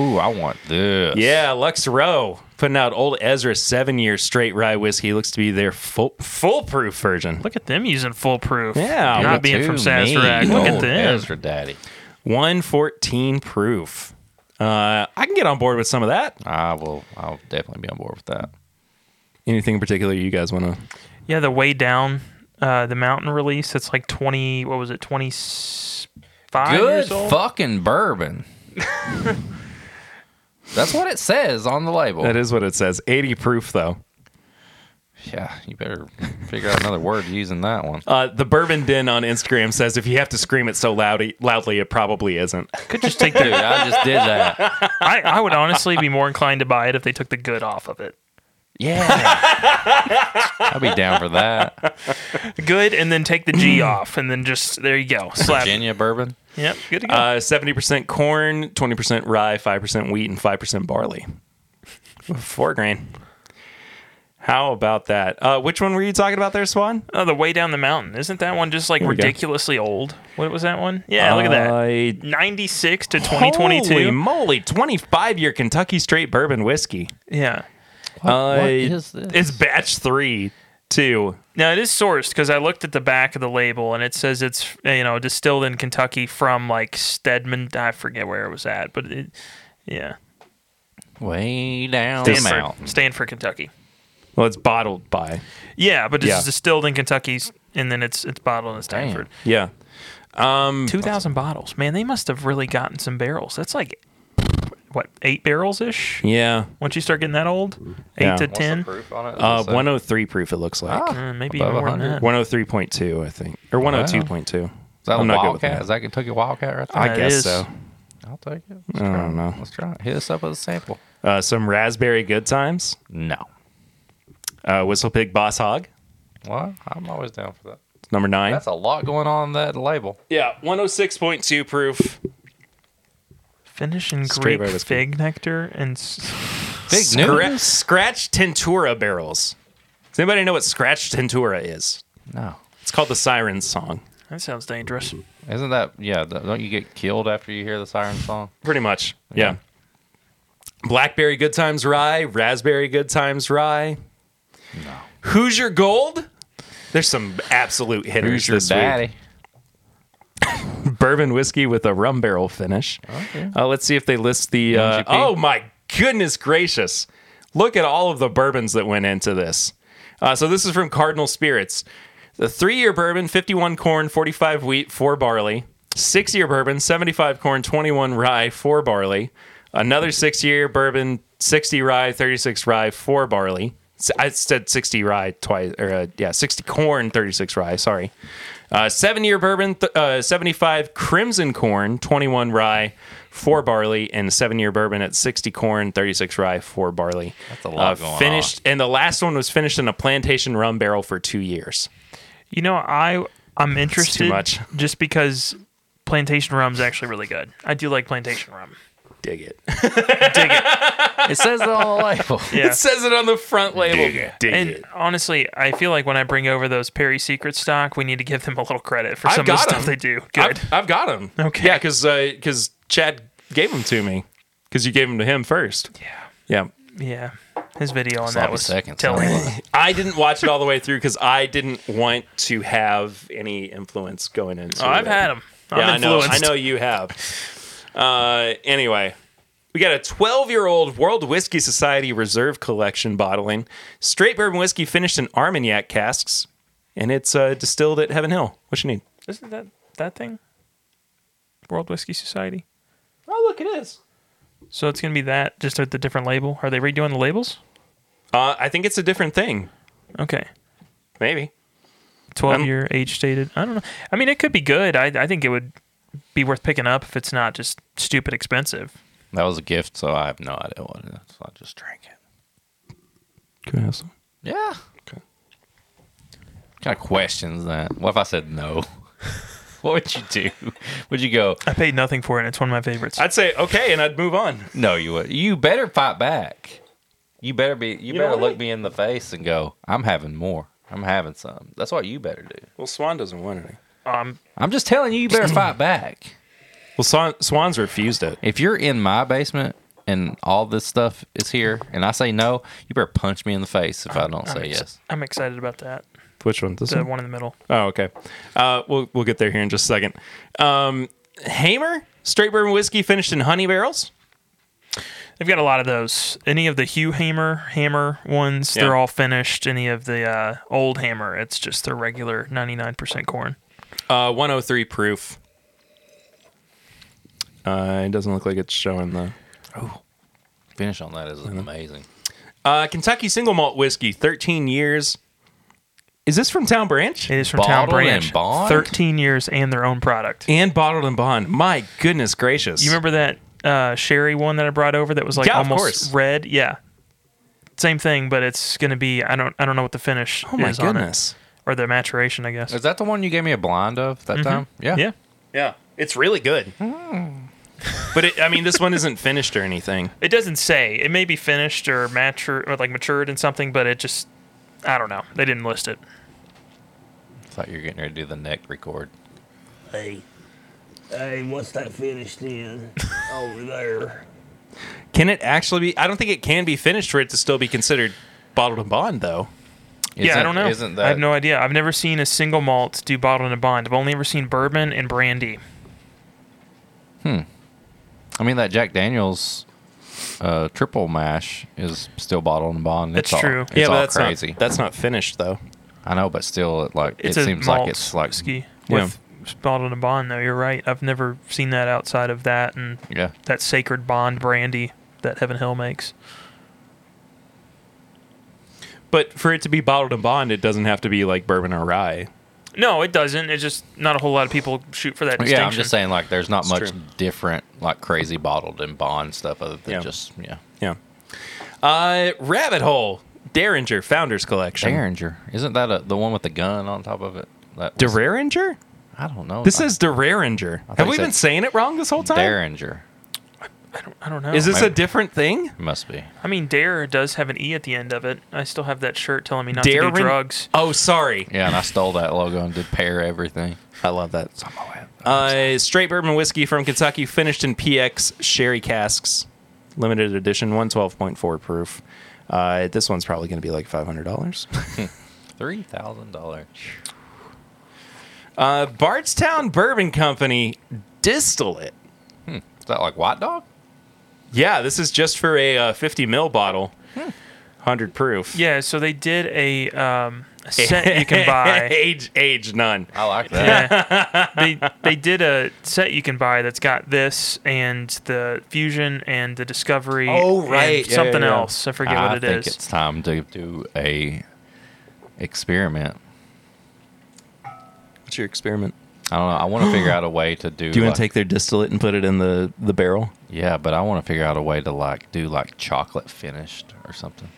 C: Ooh, I want this.
A: Yeah, Lux Row putting out old Ezra seven year straight rye whiskey. Looks to be their full foolproof version.
B: Look at them using foolproof.
A: Yeah,
B: not being from Sazerac. Look at them.
C: Ezra Daddy.
A: One fourteen proof. Uh, I can get on board with some of that.
C: I will. I'll definitely be on board with that.
A: Anything in particular you guys want to?
B: Yeah, the way down uh, the mountain release. It's like twenty. What was it? Twenty five
C: Good
B: years old.
C: fucking bourbon. That's what it says on the label.
A: That is what it says. Eighty proof though.
C: Yeah, you better figure out another word using that one.
A: Uh, the Bourbon Den on Instagram says if you have to scream it so loud, loudly, it probably isn't.
B: Could just take
C: Dude,
B: the.
C: I just did that.
B: I, I would honestly be more inclined to buy it if they took the good off of it.
C: Yeah. I'll be down for that.
B: The good, and then take the G off, and then just there you go. Slap. it.
C: Mm. Virginia Uh, bourbon.
B: Yep, good to go.
A: Uh, Seventy percent corn, twenty percent rye, five percent wheat, and five percent barley. Four grain. How about that? Uh, which one were you talking about there, Swan?
B: oh, the way down the mountain. Isn't that one just like
A: we go.
B: ridiculously old? What was that one? Yeah, look at that.
A: Uh,
B: 96 to 2022.
A: Holy moly, twenty-five year Kentucky straight bourbon whiskey.
B: Yeah.
A: Uh,
C: what is this?
A: It's batch three, too.
B: Now it is sourced because I looked at the back of the label and it says it's you know distilled in Kentucky from like Stedman. I forget where it was at, but it, yeah,
C: Way down the
B: Stanford,
C: mountain.
B: Stanford, Kentucky.
A: Well, it's bottled by.
B: Yeah, but it's
A: Yeah.
B: distilled in Kentucky and then it's it's bottled in Stanford.
A: Yeah.
B: Two thousand bottles, man. They must have really gotten some barrels. That's like what eight barrels ish.
A: Yeah.
B: Once you start getting that old, eight
A: Yeah.
B: to
A: What's
B: ten,
C: proof on it?
A: Uh, 103 proof, it looks like.
B: Uh, maybe
C: Above
B: even more than
C: 100.
B: that.
A: 103.2th, I think. Or 102.2.
C: Is that
A: I'm
C: a
A: not good with
C: wildcat?
A: math.
C: Is that Kentucky Wildcat right there?
A: I
B: That
A: guess
B: is-
A: so.
C: I'll take it.
A: I don't know.
C: Let's try it. Hit us up with a sample.
A: Uh, some raspberry good times.
C: No.
A: Uh, Whistle Pig Boss Hog,
C: Well, I'm always down for that.
A: number nine.
C: That's a lot going on in that label.
A: yeah, 106.2 proof.
B: Finish in
A: Straight
B: Greek
A: right, that's cool.
B: fig nectar and s-
C: Big
A: Scra-
C: news.
A: scratch Tentura barrels. Does anybody know what Scratch Tentura is?
C: No.
A: It's called the Siren Song.
B: that sounds dangerous.
C: Isn't that yeah? th- Don't you get killed after you hear the siren song?
A: Pretty much. Yeah. Blackberry Good Times Rye, Raspberry Good Times Rye. No. Hoosier Gold? There's some absolute hitters
C: Who's your
A: this week.
C: daddy?
A: bourbon whiskey with a rum barrel finish.
C: Okay.
A: Uh, let's see if they list the. Uh,
C: MGP.
A: oh my goodness gracious! Look at all of the bourbons that went into this. Uh, so this is from Cardinal Spirits. The three-year bourbon, 51 corn, 45 wheat, four barley. Six-year bourbon, 75 corn, 21 rye, four barley. Another six-year bourbon, 60 rye, 36 rye, four barley. S- I said 60 rye twice, or uh, yeah, 60 corn, 36 rye. Sorry. Uh, seven year bourbon, th- uh, 75 crimson corn, 21 rye, 4 barley, and seven year bourbon at 60 corn, 36 rye, 4 barley.
C: That's a lot
A: Uh,
C: going on.
A: finished, And the last one was finished in a plantation rum barrel for two years.
B: You know, I I'm interested
A: much.
B: just because plantation rum's actually really good. I do like plantation rum.
A: Dig it.
B: Dig it.
C: It says it on the label.
B: Yeah.
A: it says it on the front label. Dig it.
B: and honestly, I feel like when I bring over those Perry Secret stock, we need to give them a little credit for
A: I've
B: some of the
A: got
B: stuff
A: 'em.
B: they do. Good.
A: I've, I've got them.
B: Okay.
A: Yeah, because Chad gave them to me because you gave them to him first.
B: yeah.
A: Yeah.
B: Yeah. His video on that
C: Sloppy
B: was
C: seconds, huh?
B: telling.
A: I didn't watch it all the way through because I didn't want to have any influence going into
B: Oh, I've
A: it.
B: had them. I'm
A: yeah, I know.
B: influenced.
A: I know you have. Uh, anyway, we got a 12 year old World Whiskey Society Reserve Collection bottling straight bourbon whiskey finished in Armagnac casks, and it's uh, distilled at Heaven Hill. What you need?
B: Isn't that that thing? World Whiskey Society.
A: Oh, look, it is.
B: So it's gonna be that, just with the different label. Are they redoing the labels?
A: Uh, I think it's a different thing.
B: Okay.
A: Maybe.
B: 12
A: I'm-
B: year age stated. I don't know. I mean, it could be good. I, I think it would be worth picking up if it's not just stupid expensive.
C: That was a gift, so I have no idea what it is. So I just drank it.
A: Can I have some?
C: Yeah. Okay. What kind of questions that? What if I said no? what would you do? Would you go?
B: I paid nothing for it. and It's one of my favorites.
A: I'd say okay, and I'd move on.
C: No, you would. You better fight back. You better be. You,
A: know
C: better
A: what?
C: look me in the face and go. I'm having more. I'm having some. That's what you better do.
A: Well, Swan doesn't want any.
B: Um,
C: I'm just telling you. You better fight back.
A: Well, Swan, Swans refused it.
C: If you're in my basement and all this stuff is here, and I say no, you better punch me in the face if I don't
B: I'm
C: say
B: ex-
C: yes.
B: I'm excited about that.
A: Which one? This
B: The one in the middle.
A: Oh, okay. Uh, we'll we'll get there here in just a second. Um, Hamer straight bourbon whiskey finished in honey barrels.
B: They've got a lot of those. Any of the Hugh Hammer Hammer ones,
A: Yeah.
B: they're all finished. Any of the uh, old Hammer, it's just their regular 99% corn.
A: Uh, 103 proof. Uh, it doesn't look like it's showing though.
C: Finish on that is
B: Mm-hmm.
C: amazing.
A: Uh, Kentucky single malt whiskey, 13 years. Is this from Town Branch?
B: It is from Town
C: Bottled
B: Branch.
C: and bond?
B: 13 years and their own product.
A: And bottled and bond. My goodness gracious.
B: You remember that uh, sherry one that I brought over that was like
A: Yeah, of course.
B: almost red? Yeah. Same thing, but it's gonna be I don't I don't know what the finish
A: Oh my
B: is
A: goodness.
B: on it or the maturation I guess.
C: Is that the one you gave me a blind of that time? Yeah.
B: Mm-hmm. yeah.
A: Yeah, it's really good. but it, I mean, this one isn't finished or anything.
B: It doesn't say. It may be finished or mature or like matured in something, but it just I don't know. They didn't list it.
C: thought you were getting ready to do the neck record.
E: Hey, hey, what's that finished in over there?
A: Can it actually be? I don't think it can be finished for it to still be considered bottled and bond, though.
B: yeah, I
C: Isn't-
B: don't know.
C: Isn't that
B: I have no idea. I've never seen a single malt do bottle in a bond. I've only ever seen bourbon and brandy.
C: I mean, that Jack Daniels uh, triple mash is still bottled and bond.
B: That's
C: It's all-
B: true.
C: It's
A: yeah,
C: all
A: but that's
C: crazy.
A: not that's not finished though.
C: I know, but still, it like
B: It's
C: it
B: a
C: seems
B: malt
C: like it's like
B: whiskey
A: Yeah.
B: with bottle in a bond though. You're right. I've never seen that outside of that and
C: yeah.
B: that sacred bond brandy that Heaven Hill makes.
A: But for it to be bottled and bond, it doesn't have to be like bourbon or rye.
B: No, it doesn't. It's just not a whole lot of people shoot for that distinction.
C: Yeah, I'm just saying like there's not much
A: true.
C: different like crazy bottled and bond stuff other than
A: Yeah.
C: just yeah.
A: Yeah. Uh, rabbit hole. Derringer Founders Collection.
C: Derringer, isn't that a, the one with the gun on top of it? That was-
A: Derringer?
C: I don't know.
A: This
C: I-
A: is Derringer.
C: thought
A: Have
C: you
A: we
C: said
A: been saying it wrong this whole time?
C: Derringer.
B: I don't know.
A: Is this a
C: Maybe.
A: different thing?
C: It must be.
B: I mean, Dare does have an E at the end of it. I still have that shirt telling me not to
A: Darren-
B: do drugs.
A: Oh, sorry.
C: Yeah, and I stole that logo and did pair everything.
A: I love that.
C: It's on my web.
A: Uh, straight bourbon whiskey from Kentucky, finished in PX sherry casks, limited edition, 112.4 proof. Uh, this one's probably going to be like $500.
C: Three thousand dollars.
A: Uh, Bardstown Bourbon Company Distillate.
C: Is that like White Dog?
A: Yeah, this is just for a uh, 50 mil bottle,
C: Hmm.
A: 100 proof.
B: Yeah, so they did a, um, a set you can buy.
A: age, age, none.
C: I like that.
B: Yeah. they they did a set you can buy that's got this and the fusion and the discovery.
A: Oh, right.
B: and
A: Yeah,
B: something
A: yeah, yeah.
B: else. I forget
C: Ah, I
B: what it
C: think
B: is.
C: it's time to do a experiment.
A: What's your experiment?
C: I don't know. I want to figure out a way to do.
A: Do you want
C: like-
A: to take their distillate and put it in the, the barrel?
C: Yeah, but I want to figure out a way to like do like chocolate finished or something.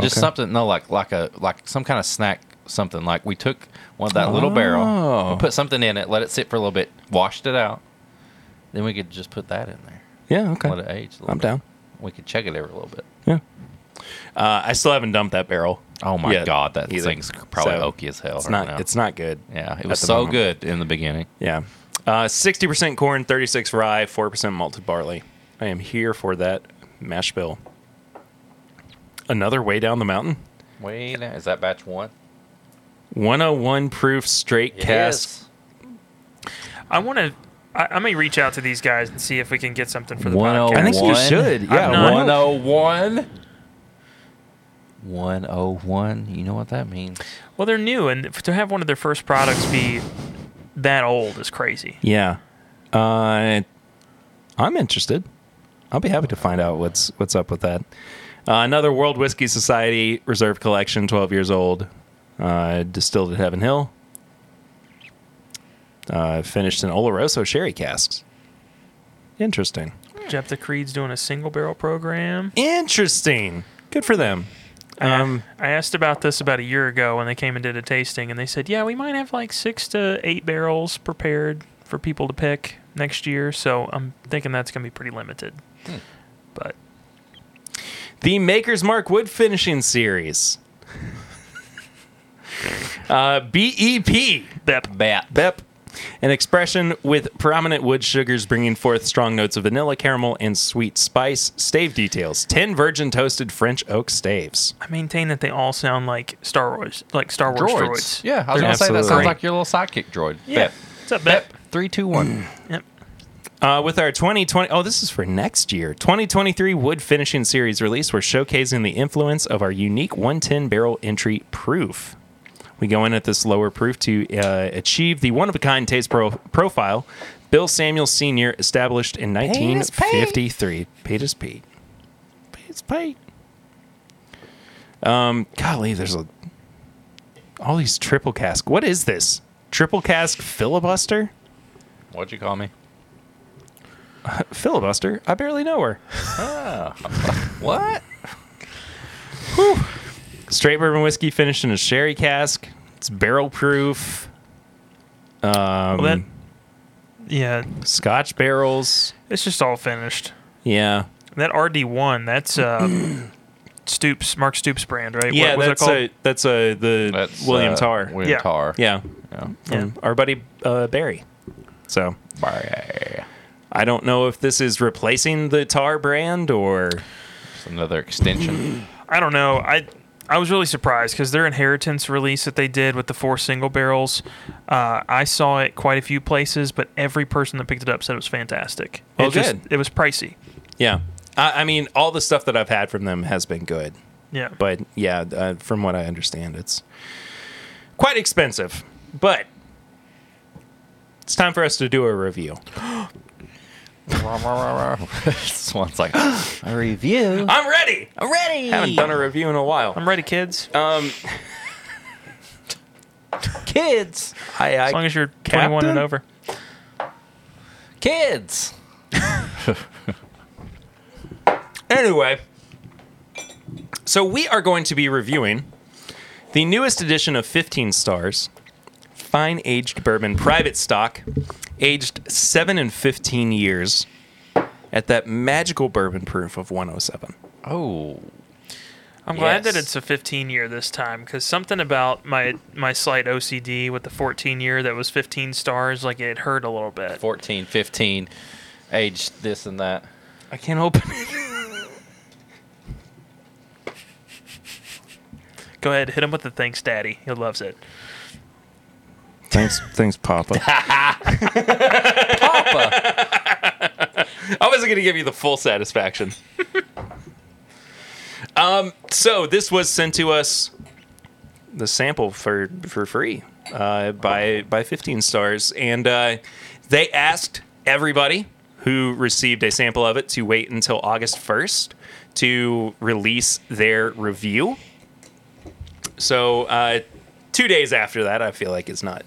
C: Just
A: Okay.
C: something, no, like like a like some kind of snack, something like we took one of that little barrel,
A: Oh.
C: we put something in it, let it sit for a little bit, washed it out, then we could just put that in there,
A: Yeah, okay.
C: let it age. A little
A: I'm
C: bit.
A: down.
C: We could check it every little bit.
A: Yeah. Uh, I still haven't dumped that barrel.
C: Oh my
A: yet
C: god, that
A: either.
C: thing's probably
A: So,
C: oaky as hell.
A: It's
C: right
A: not.
C: now.
A: It's not good.
C: yeah, it
A: at
C: was
A: the
C: so
A: moment.
C: good in the beginning.
A: Yeah. Uh, 60% corn, 36 rye, 4% malted barley. I am here for that mash bill. Another way down the mountain.
C: Wait, is that batch one?
A: 101 proof straight cask.
B: I want to. I, I may reach out to these guys and see if we can get something for the
C: 101.
B: podcast.
A: I think you should. Yeah,
B: I'm not.
C: 101. 101. You know what that means?
B: Well, they're new, and f- to have one of their first products be that old is crazy.
A: Yeah. Uh, I'm interested. I'll be happy to find out what's what's up with that. Uh, another World Whiskey Society Reserve Collection, 12 years old, uh, distilled at Heaven Hill. Uh, finished in Oloroso sherry casks. Interesting.
B: Jephthah Creed's doing a single barrel program.
A: Interesting. Good for them. Um,
B: I asked about this about a year ago when they came and did a tasting, and they said, "Yeah, we might have like six to eight barrels prepared for people to pick next year." So I'm thinking that's going to be pretty limited. But
A: the Maker's Mark Wood Finishing Series. uh, BEP.
B: Bep,
C: Bat.
A: BEP. An expression with prominent wood sugars bringing forth strong notes of vanilla, caramel, and sweet spice. Stave details 10 virgin toasted French oak staves.
B: I maintain that they all sound like Star Wars, like Star Wars droids.
C: Droids. Yeah, I
A: They're
C: was going to say that sounds
A: absolutely-
C: like your little sidekick droid.
B: yeah.
C: Bep.
B: What's up, Bep?
C: Three, two, one.
B: Yep.
A: Uh, with our 2020, oh, this is for next year. 2023 Wood Finishing Series release, we're showcasing the influence of our unique 110 barrel entry proof. We go in at this lower proof to uh, achieve the one of a kind taste pro- profile Bill Samuel Sr. established in 1953. Pete is Pete. Pete is Pete. Um, golly, there's a all these triple cask. What is this? Triple cask filibuster?
C: What'd you call me?
A: Filibuster? I barely know her.
C: What?
A: Straight bourbon whiskey finished in a sherry cask. It's barrel proof. Um,
B: Well, that, yeah,
A: Scotch barrels.
B: it's just all finished.
A: Yeah.
B: That RD one, that's uh, Stoops, Mark Stoops brand, right?
A: Yeah,
B: was it
A: that's a that's a the
C: That's
A: William
C: uh,
A: Tarr.
C: William
B: Yeah.
C: Tar.
A: yeah.
C: Yeah.
A: From Our buddy uh, Barry. So
C: Barry.
A: I don't know if this is replacing the Tar brand or
C: It's another extension.
B: I don't know. I I was really surprised because their inheritance release that they did with the four single barrels, uh, I saw it quite a few places, but every person that picked it up said it was fantastic.
A: Well,
B: it just-
A: good.
B: it was pricey.
A: yeah. I, I mean, all the stuff that I've had from them has been good.
B: Yeah,
A: but yeah, uh, from what I understand, it's quite expensive. But it's time for us to do a review.
C: Swan's like, a review.
A: I'm ready. I'm ready. Haven't done a review in a while.
B: I'm ready, kids.
A: Um,
C: Kids.
A: I, I
B: as long as you're 21
A: Captain?
B: and over.
C: Kids.
A: Anyway, so we are going to be reviewing the newest edition of 15 Stars Fine Aged Bourbon Private Stock, aged 7 and 15 years at that magical bourbon proof of 107.
C: Oh.
B: I'm glad that
C: Yes.
B: it's a 15 year this time because something about my my slight OCD with the 14 year that was 15 stars, like it hurt a little bit.
C: 14, 15, age this and that.
A: I can't open it.
B: Go ahead, hit him with the thanks, Daddy. He loves it.
A: Thanks, thanks, Papa.
C: Papa.
A: I wasn't going to give you the full satisfaction. um, so this was sent to us the sample for for free uh, by by 15 stars, and uh, they asked everybody who received a sample of it to wait until August 1st to release their review. So uh, two days after that, I feel like it's not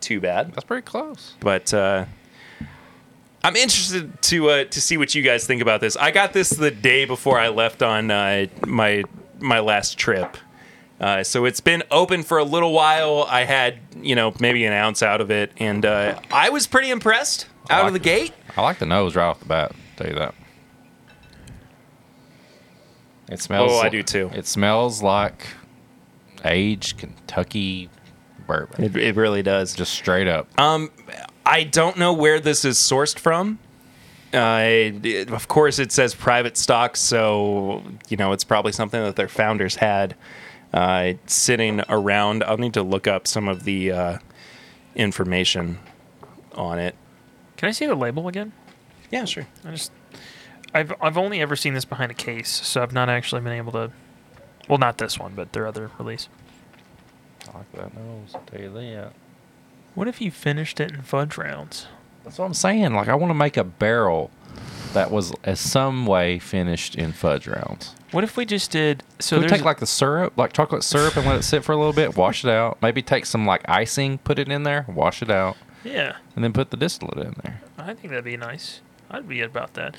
A: too bad
C: That's pretty close.
A: but uh, I'm interested to uh, to see what you guys think about this. I got this the day before I left on uh, my my last trip, uh, so it's been open for a little while. I had you know maybe an ounce out of it, and uh, I was pretty impressed out of the gate.
C: I like the nose right off the bat. Tell you that. It smells.
A: Oh, I do too.
C: It smells like aged Kentucky bourbon.
A: It, it really does.
C: Just straight up.
A: I don't know where this is sourced from. Uh, it- of course, it says private stock, so you know it's probably something that their founders had uh, sitting around. I'll need to look up some of the uh, information on it.
B: Can I see the label again?
A: Yeah, sure.
B: I just, I've I've only ever seen this behind a case, so I've not actually been able to. Well, not this one, but their other release.
C: I like that nose. I'll tell you that.
B: What if you finished it in fudge rounds?
C: That's what I'm saying. Like I want to make a barrel that was as some way finished in fudge rounds.
B: What if we just did? So
C: So we
B: there's
C: take like the syrup, like chocolate syrup, and let it sit for a little bit. Wash it out. Maybe take some like icing, put it in there, wash it out,
B: yeah.
C: and then put the distillate in there.
B: I think that'd be nice. I'd be about that.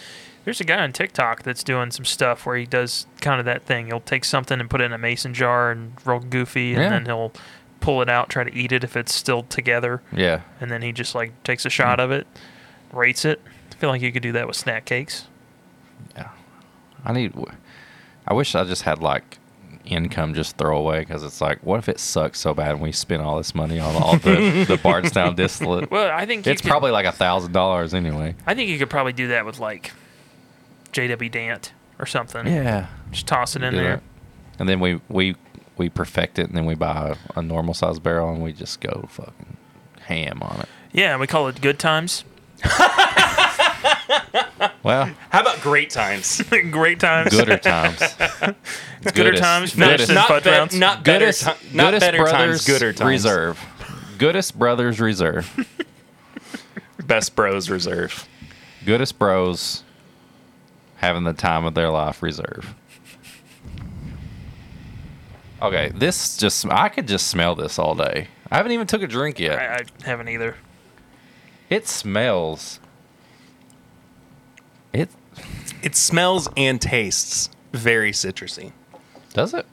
B: There's a guy on TikTok that's doing some stuff where he does kind of that thing. He'll take something and put it in a mason jar and roll goofy, and
C: Yeah.
B: then he'll pull it out, try to eat it if it's still together,
C: Yeah.
B: and then he just like
C: Hmm.
B: takes a shot of it, rates it. I feel like you could do that with snack cakes.
C: I need. I wish I just had like income just throwaway because it's like, what if it sucks so bad and we spend all this money on all the, the Bardstown distillate?
B: Well, I think
C: It's
B: you could,
C: probably like a thousand dollars anyway.
B: I think you could probably do that with like J.W. Dant or something.
C: Yeah.
B: Just toss it in
C: Do
B: there.
C: that. And then we we we perfect it and then we buy a, a normal size barrel and we just go fucking ham on it.
B: Yeah, we call it good times.
C: Well,
A: How about great times?
B: Great times.
C: gooder times.
B: Gooder times, finished in
A: not,
B: fudge
A: be-
B: rounds.
A: not better,
C: Goodest,
A: ti- not
C: Goodest
A: better times,
C: Brothers
A: gooder times.
C: Reserve. Goodest Brothers Reserve.
A: Best Bros Reserve.
C: Goodest Bros having the time of their life reserve. Okay, this just I could just smell this all day. I haven't even took a drink
B: I,
C: yet.
B: I haven't either.
C: It smells. It
A: It smells and tastes very citrusy.
C: does it.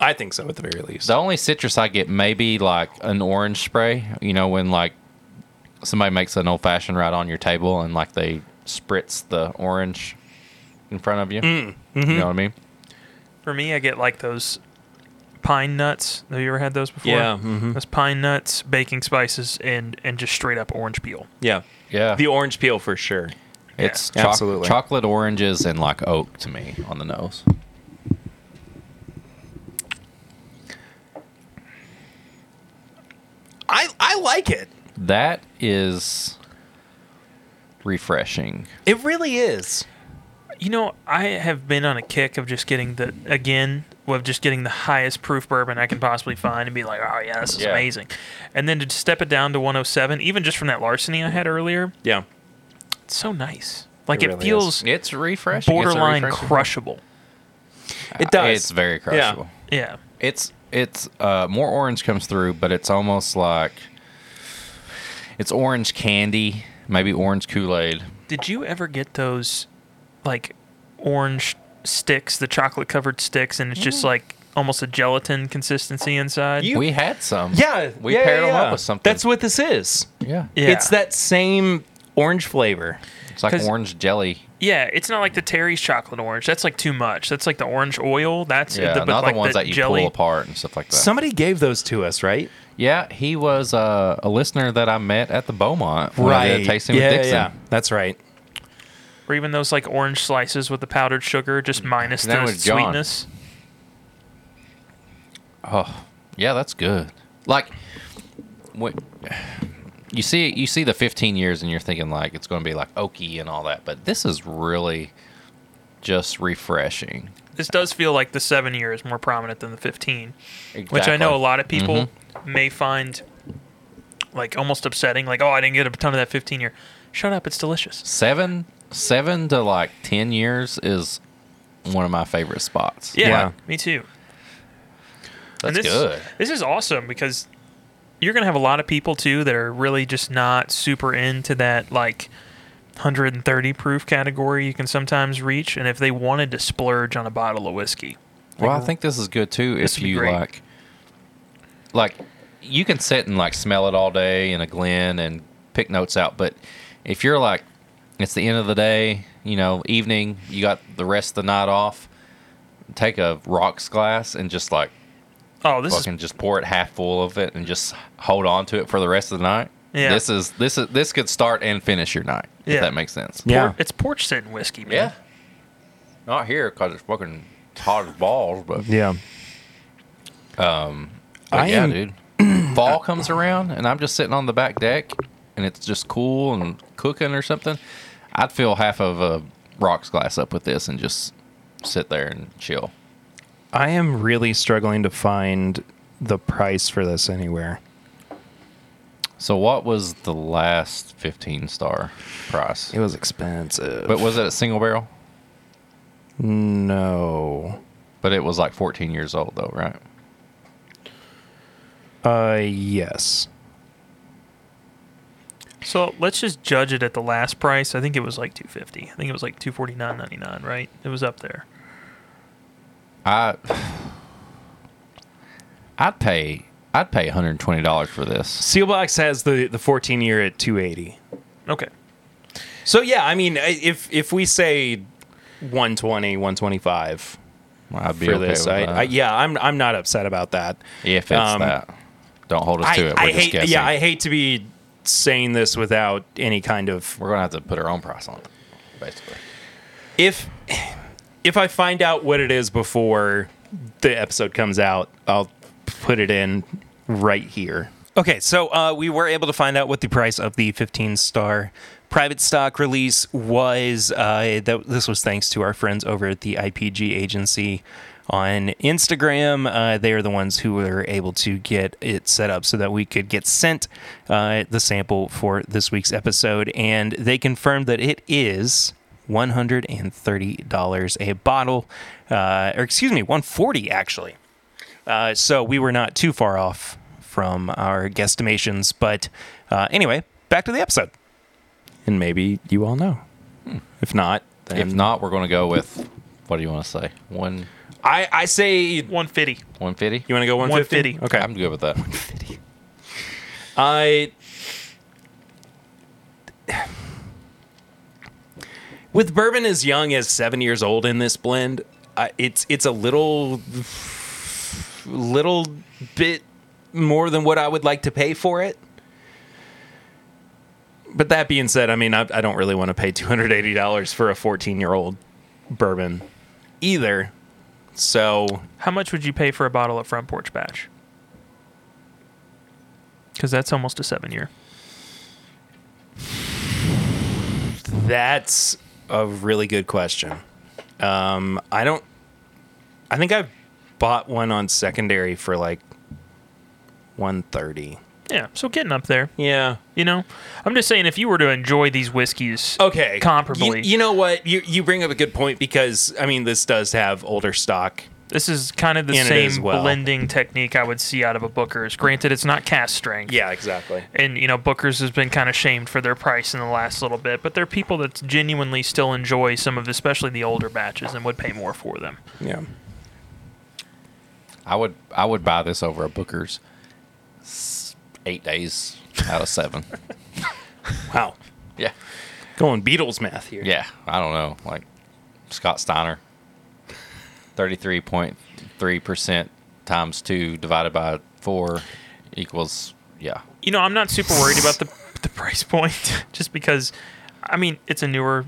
A: I think so, at the very least.
C: The only citrus I get maybe like an orange spray. You know when like somebody makes an old fashioned right on your table and like they spritz the orange in front of you. You know what I mean?
B: For me, I get like those pine nuts. Have you ever had those before?
A: Yeah, mhm.
C: mm-hmm.
B: Those pine nuts, baking spices, and and just straight up orange peel.
A: Yeah.
C: Yeah.
A: The orange peel for sure.
C: It's
A: Yeah,
C: choc-
A: absolutely.
C: chocolate oranges and like oak to me on the nose.
A: I, I like it.
C: That is refreshing.
A: It really is.
B: You know, I have been on a kick of just getting the again of just getting the highest proof bourbon I can possibly find and be like, oh yeah, this is
C: Yeah.
B: amazing. And then to step it down to 107, even just from that larceny I had earlier,
A: Yeah.
B: it's so nice. Like
A: It
B: it,
A: really is.
B: feels
C: It's refreshing. It's a
B: borderline
C: refreshing-
B: crushable.
A: It does.
C: Uh, It's very
A: Yeah.
C: crushable.
B: Yeah.
C: It's it's uh, more orange comes through, but it's almost like it's orange candy, maybe orange Kool Aid.
B: Did you ever get those like orange sticks, the chocolate covered sticks, and it's just like almost a gelatin consistency inside?
A: Mm-hmm. You-
C: We had some.
A: Yeah.
C: we
A: yeah,
C: paired
A: yeah,
C: them
A: yeah.
C: up with something.
A: That's what this is.
C: Yeah,
B: yeah.
A: It's that same orange flavor.
C: it's like
B: 'Cause-
C: orange jelly.
B: Yeah, it's not like the Terry's chocolate orange. That's like too much. That's like the orange oil. That's
C: Yeah,
B: the,
C: the,
B: but like
C: ones
B: the
C: that you
B: jelly.
C: pull apart and stuff like that.
A: Somebody gave those to us, right?
C: yeah, he was uh, a listener that I met at the Beaumont when I did a tasting
A: yeah,
C: with Dixon.
A: yeah. That's right.
B: Or even those like orange slices with the powdered sugar, just minus
C: Mm, And that
B: the
C: was John.
B: sweetness.
C: Yeah, that's good. Like, what you see, you see the 15 years, and you're thinking like it's going to be like oaky and all that, but this is really just refreshing.
B: This does feel like the seven year is more prominent than the 15.
C: Exactly. Mm-hmm.
B: which I know a lot of people may find like almost upsetting. Like, oh, I didn't get a ton of that 15 year. Shut up, it's delicious.
C: Seven, seven to like 10 years is one of my favorite spots.
B: Yeah,
A: Yeah.
B: me too.
C: that's
B: this,
C: good.
B: This is awesome because you're gonna have a lot of people too that are really just not super into that like 130 proof category you can sometimes reach, and if they wanted to splurge on a bottle of whiskey,
C: Well, I think this is good too.
B: This
C: If
B: would be
C: you
B: great.
C: like, like, you can sit and like smell it all day in a glen and pick notes out. But if you're like, it's the end of the day, you know, evening, you got the rest of the night off. Take a rocks glass and just like
B: oh, this is
C: fucking just pour it half full of it and just hold on to it for the rest of the night.
B: Yeah.
C: This is this is this could start and finish your night
B: Yeah.
C: if that makes sense.
A: Yeah.
B: por- it's porch sitting whiskey, man.
C: Yeah. Not here because it's fucking hot as balls, but
A: Yeah.
C: But
A: I
C: yeah,
A: am-
C: dude. Fall comes around, and I'm just sitting on the back deck, and it's just cool and cooking or something. I'd fill half of a rocks glass up with this and just sit there and chill.
A: I am really struggling to find the price for this anywhere.
C: So, what was the last 15 star price?
A: It was expensive.
C: But was it a single barrel?
A: no.
C: But it was like 14 years old, though, right?
A: Uh yes.
B: So let's just judge it at the last price. I think it was like two fifty. I think it was like two forty nine ninety nine. Right? It was up there.
C: I I'd pay I'd pay one hundred twenty dollars for this.
A: Sealbox has the the 14 year at 280.
B: Okay.
A: So yeah, I mean, I- if if we say 120, 125
C: I'd be
A: for
C: okay
A: this,
C: with
A: I,
C: that.
A: I, yeah, I'm I'm not upset about that.
C: if it's
A: um,
C: that, don't hold us to
A: I,
C: it. We're
A: I
C: just
A: hate,
C: guessing.
A: yeah, I hate to be saying this without any kind of
C: We're gonna have to put our own price on it, basically.
A: if if I find out what it is before the episode comes out, I'll put it in right here. Okay, so uh, we were able to find out what the price of the 15 star private stock release was. Uh, that this was thanks to our friends over at the IPG agency on Instagram. Uh, they are the ones who were able to get it set up so that we could get sent uh, the sample for this week's episode, and they confirmed that it is $130 a bottle, uh, or excuse me, 140 actually. Uh, so we were not too far off from our guesstimations. But uh, anyway, back to the episode. And maybe you all know. If not, then
C: If not, we're gonna go with what do you want to say? One
A: I, I say you
B: One fifty.
C: one fifty.
A: want to go 150?
B: 150.
A: Okay.
C: I'm good with that.
A: I with bourbon as young as seven years old in this blend, I it's it's a little little bit more than what I would like to pay for it. But that being said, I mean I, I don't really want to pay two hundred eighty dollars for a fourteen year old bourbon either. So
B: How much would you pay for a bottle of Front Porch Batch? Because that's almost a seven year.
A: That's a really good question. Um, I don't. I think I bought one on secondary for like one thirty.
B: Yeah. So getting up there.
A: Yeah.
B: You know, I'm just saying if you were to enjoy these whiskeys,
A: Okay.
B: Comparably.
A: You, you know what? You you bring up a good point because I mean this does have older stock.
B: this is kind of the
A: And it is
B: same
A: well.
B: blending technique I would see out of a Booker's. Granted, it's not cast strength.
A: Yeah. Exactly.
B: and you know Booker's has been kind of shamed for their price in the last little bit, but they're people that genuinely still enjoy some of, especially the older batches, and would pay more for them.
A: Yeah.
C: I would I would buy this over a Booker's s- eight days out of seven.
A: Wow.
C: yeah.
A: Going Beatles math here.
C: Yeah. I don't know. Like Scott Steiner. Thirty three point three percent times two divided by four equals yeah.
B: You know, I'm not super worried about the the price point, just because, I mean, it's a newer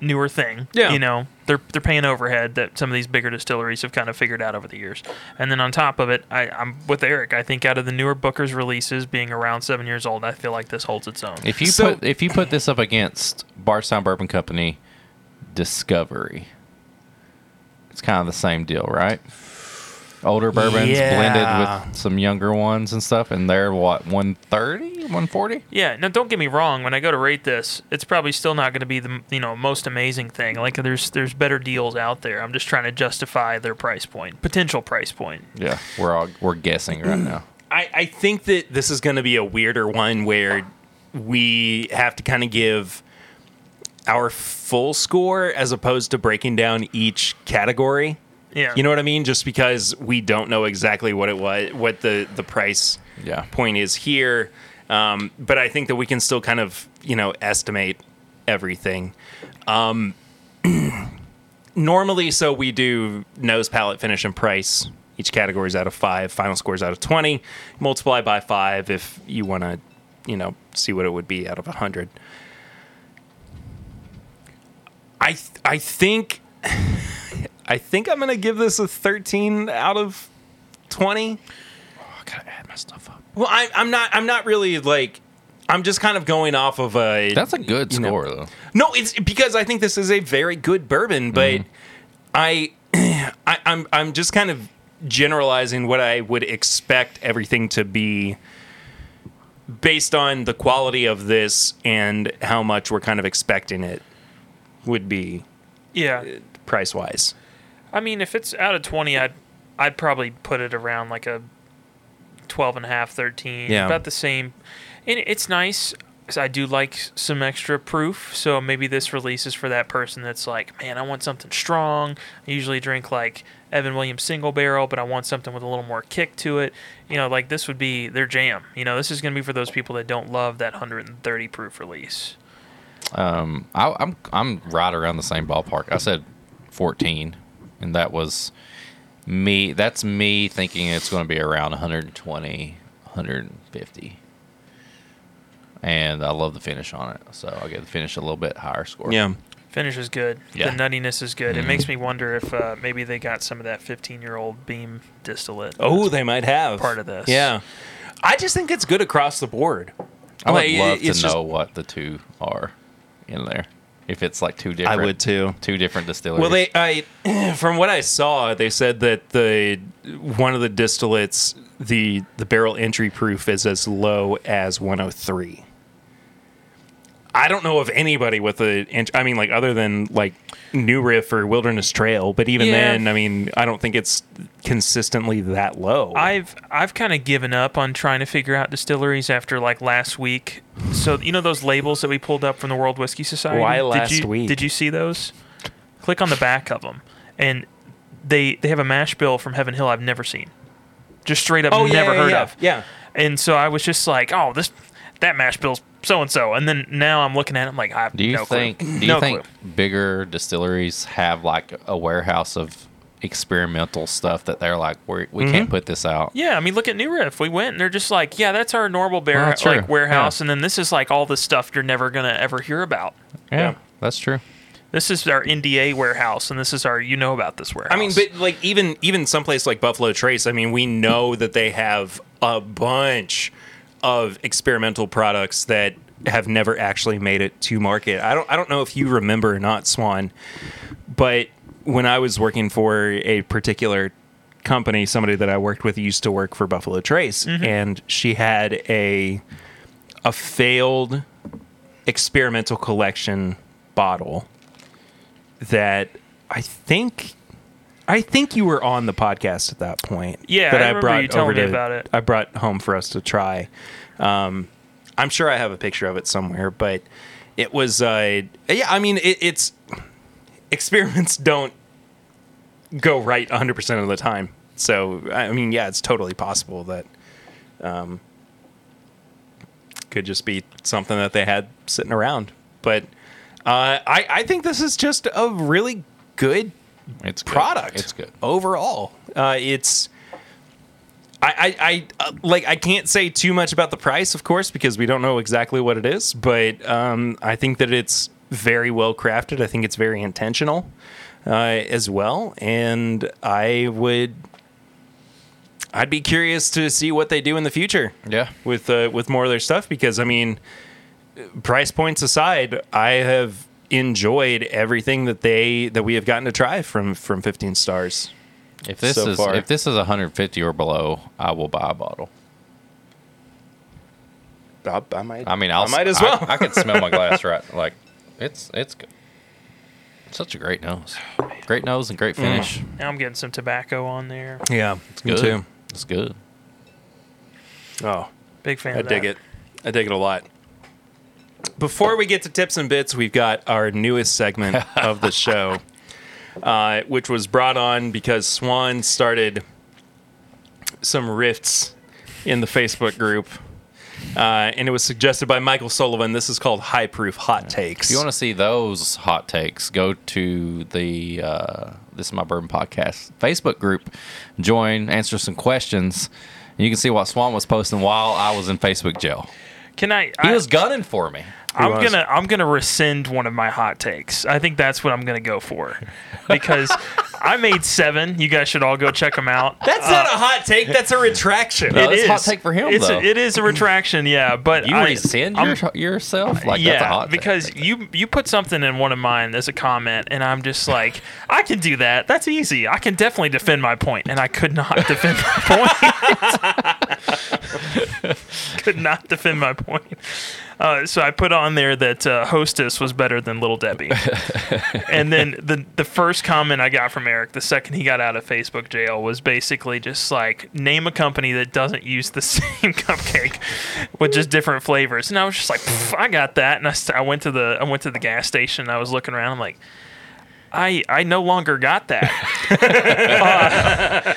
B: newer thing.
A: Yeah.
B: You know, they're they're paying overhead that some of these bigger distilleries have kind of figured out over the years. And then on top of it, I, I'm with Eric. I think out of the newer Booker's releases being around seven years old, I feel like this holds its own.
C: If you
A: So-
C: put if you put this up against Barstown Bourbon Company Discovery, it's kind of the same deal, right? Older bourbons
A: Yeah.
C: blended with some younger ones and stuff, and they're what 130, 140?
B: Yeah, now don't get me wrong. When I go to rate this, it's probably still not going to be the you know most amazing thing. Like there's there's better deals out there. I'm just trying to justify their price point, potential price point.
C: Yeah, we're all we're guessing right now.
A: I, I think that this is going to be a weirder one where we have to kind of give our full score as opposed to breaking down each category.
B: Yeah,
A: You know what I mean? Just because we don't know exactly what it was, what the the price
C: Yeah.
A: point is here. Um, but I think that we can still kind of you know estimate everything. Um, normally, so we do nose, palette, finish, and price. Each category is out of five. Final score is out of twenty. Multiply by five if you want to, you know, see what it would be out of hundred. I th- I think I think I'm gonna give this a 13 out of 20.
C: Oh, I gotta add my stuff up.
A: Well, I, I'm not. I'm not really like. I'm just kind of going off of a.
C: That's a good
A: You know.
C: score though.
A: no. It's because I think this is a very good bourbon, but
C: Mm-hmm.
A: I, I, I'm I'm just kind of generalizing what I would expect everything to be based on the quality of this and how much we're kind of expecting it would be Uh,
B: yeah.
A: price wise.
B: I mean, if it's out of twenty, I'd I'd probably put it around like a 12 and a half, 13,
A: Yeah.
B: about the same. And it's nice. 'Cause I do like s- some extra proof, so maybe this release is for that person that's like, man, I want something strong. I usually drink like Evan Williams single barrel, but I want something with a little more kick to it. You know, like this would be their jam. You know, this is gonna be for those people that don't love that 130 proof release.
C: I, I'm I'm right around the same ballpark. I said 14, and that was me. That's me thinking it's going to be around 120, 150. And I love the finish on it, so I get the finish a little bit higher score.
A: Yeah.
B: Finish is good.
C: Yeah.
B: The nuttiness is good.
A: Mm-hmm.
B: It makes me wonder if uh, maybe they got some of that 15 year old beam distillate.
A: Oh, they might have
B: part of this.
A: Yeah. I just think it's good across the board.
C: I would
A: Like, it-
C: love to know
A: it's just-
C: what the two are in there. If it's like two
A: I
C: different,
A: would too.
C: Two different distilleries.
A: Well, they I from what I saw, they said that the one of the distillates, the the barrel entry proof is as low as 103. I don't know of anybody with a ent- I mean like other than like New Riff or Wilderness Trail, but even
B: Yeah.
A: then, I mean, I don't think it's consistently that low.
B: I've I've kind of given up on trying to figure out distilleries after like last week. So you know those labels that we pulled up from the World Whiskey Society.
A: Why
B: Did
A: last
B: you-
A: week?
B: Did you see those? Click on the back of them, and they they have a mash bill from Heaven Hill I've never seen, just straight up never heard of.
A: Oh, Yeah.
B: And so I was just like, oh, this that mash bill's so and so, and then now I'm looking at it, I'm like, I have
C: Do you
B: no
C: think?
B: clue.
C: Do you
B: no
C: think
B: clue.
C: bigger distilleries have like a warehouse of experimental stuff that they're like, we we
A: Mm-hmm.
C: can't put this out?
B: Yeah, I mean, look at New Riff. We went and they're just like, yeah, that's our normal bear
C: Well, that's
B: like
C: true.
B: warehouse,
C: Yeah.
B: and then this is like all the stuff you're never gonna ever hear about.
A: Yeah.
C: that's true.
B: This is our NDA warehouse, and this is our you know about this warehouse.
A: I mean, but like even even someplace like Buffalo Trace, I mean, we know that they have a bunch of experimental products that have never actually made it to market. I don't I don't know if you remember or not, Swan, but when I was working for a particular company, somebody that I worked with used to work for Buffalo Trace, and she had a a failed experimental collection bottle that I think I think you were on the podcast at that point.
B: Yeah,
A: that
B: I remember you telling me
A: to,
B: about it.
A: I brought home for us to try. Um, I'm sure I have a picture of it somewhere, but it was uh, yeah. I mean, it, it's experiments don't go right 100 percent of the time. So I mean, yeah, it's totally possible that um, could just be something that they had sitting around. But uh, I I think this is just a really good
C: It's good.
A: product.
C: It's good.
A: overall. Uh, it's I I, I uh, like I can't say too much about the price, of course, because we don't know exactly what it is. But um, I think that it's very well crafted. I think it's very intentional uh, as well, and I would. I'd be curious to see what they do in the future
C: Yeah.
A: with uh, with more of their stuff because I mean, price points aside, I have enjoyed everything that they that we have gotten to try from from 15 stars.
C: If this
A: So
C: is
A: far.
C: if this is 150 or below, I will buy a bottle.
A: I, I might.
C: I mean, I'll,
A: I might as well.
C: I, can smell my glass right. Like it's it's good. Such a great nose, great nose and great finish.
A: Mm.
B: now I'm getting some tobacco on there.
A: yeah, it's
C: Good. It's good.
A: Oh,
B: Big fan.
A: I
B: of
A: dig
B: that.
A: it. I dig it a lot. Before we get to tips and bits, we've got our newest segment of the show, uh, which was brought on because Swan started some rifts in the Facebook group. Uh, and it was suggested by Michael Sullivan. This is called High Proof Hot Takes.
C: If you want to see those hot takes, go to the uh, This Is My Bourbon Podcast Facebook group. Join, answer some questions. And you can see what Swan was posting while I was in Facebook jail.
B: Can I?
C: He
B: I
C: was gunning for me.
B: I'm
A: was.
B: gonna I'm gonna rescind one of my hot takes. I think that's what I'm gonna go for, because I made seven. You guys should all go check them out. Uh,
A: that's not a hot take. That's a retraction.
C: No, that's a uh, hot take for him,
B: It's
C: though.
B: A, it is a retraction, yeah. But
C: You
B: I,
C: rescind
B: I'm-
C: your, yourself? Like,
B: yeah,
C: that's a hot take.
B: because you you put something in one of mine as a comment, and I'm just like, I can do that. That's easy. I can definitely defend my point, and I could not defend my point. could not defend my point. Uh, so I put on on there that uh, Hostess was better than Little Debbie. and then the the first comment I got from Eric the second he got out of Facebook jail was basically just like name a company that doesn't use the same cupcake with just different flavors. And I was just like, "Pff, I got that. And I, st- I went to the I went to the gas station. And I was looking around. I'm like. I, I no longer got that. Uh,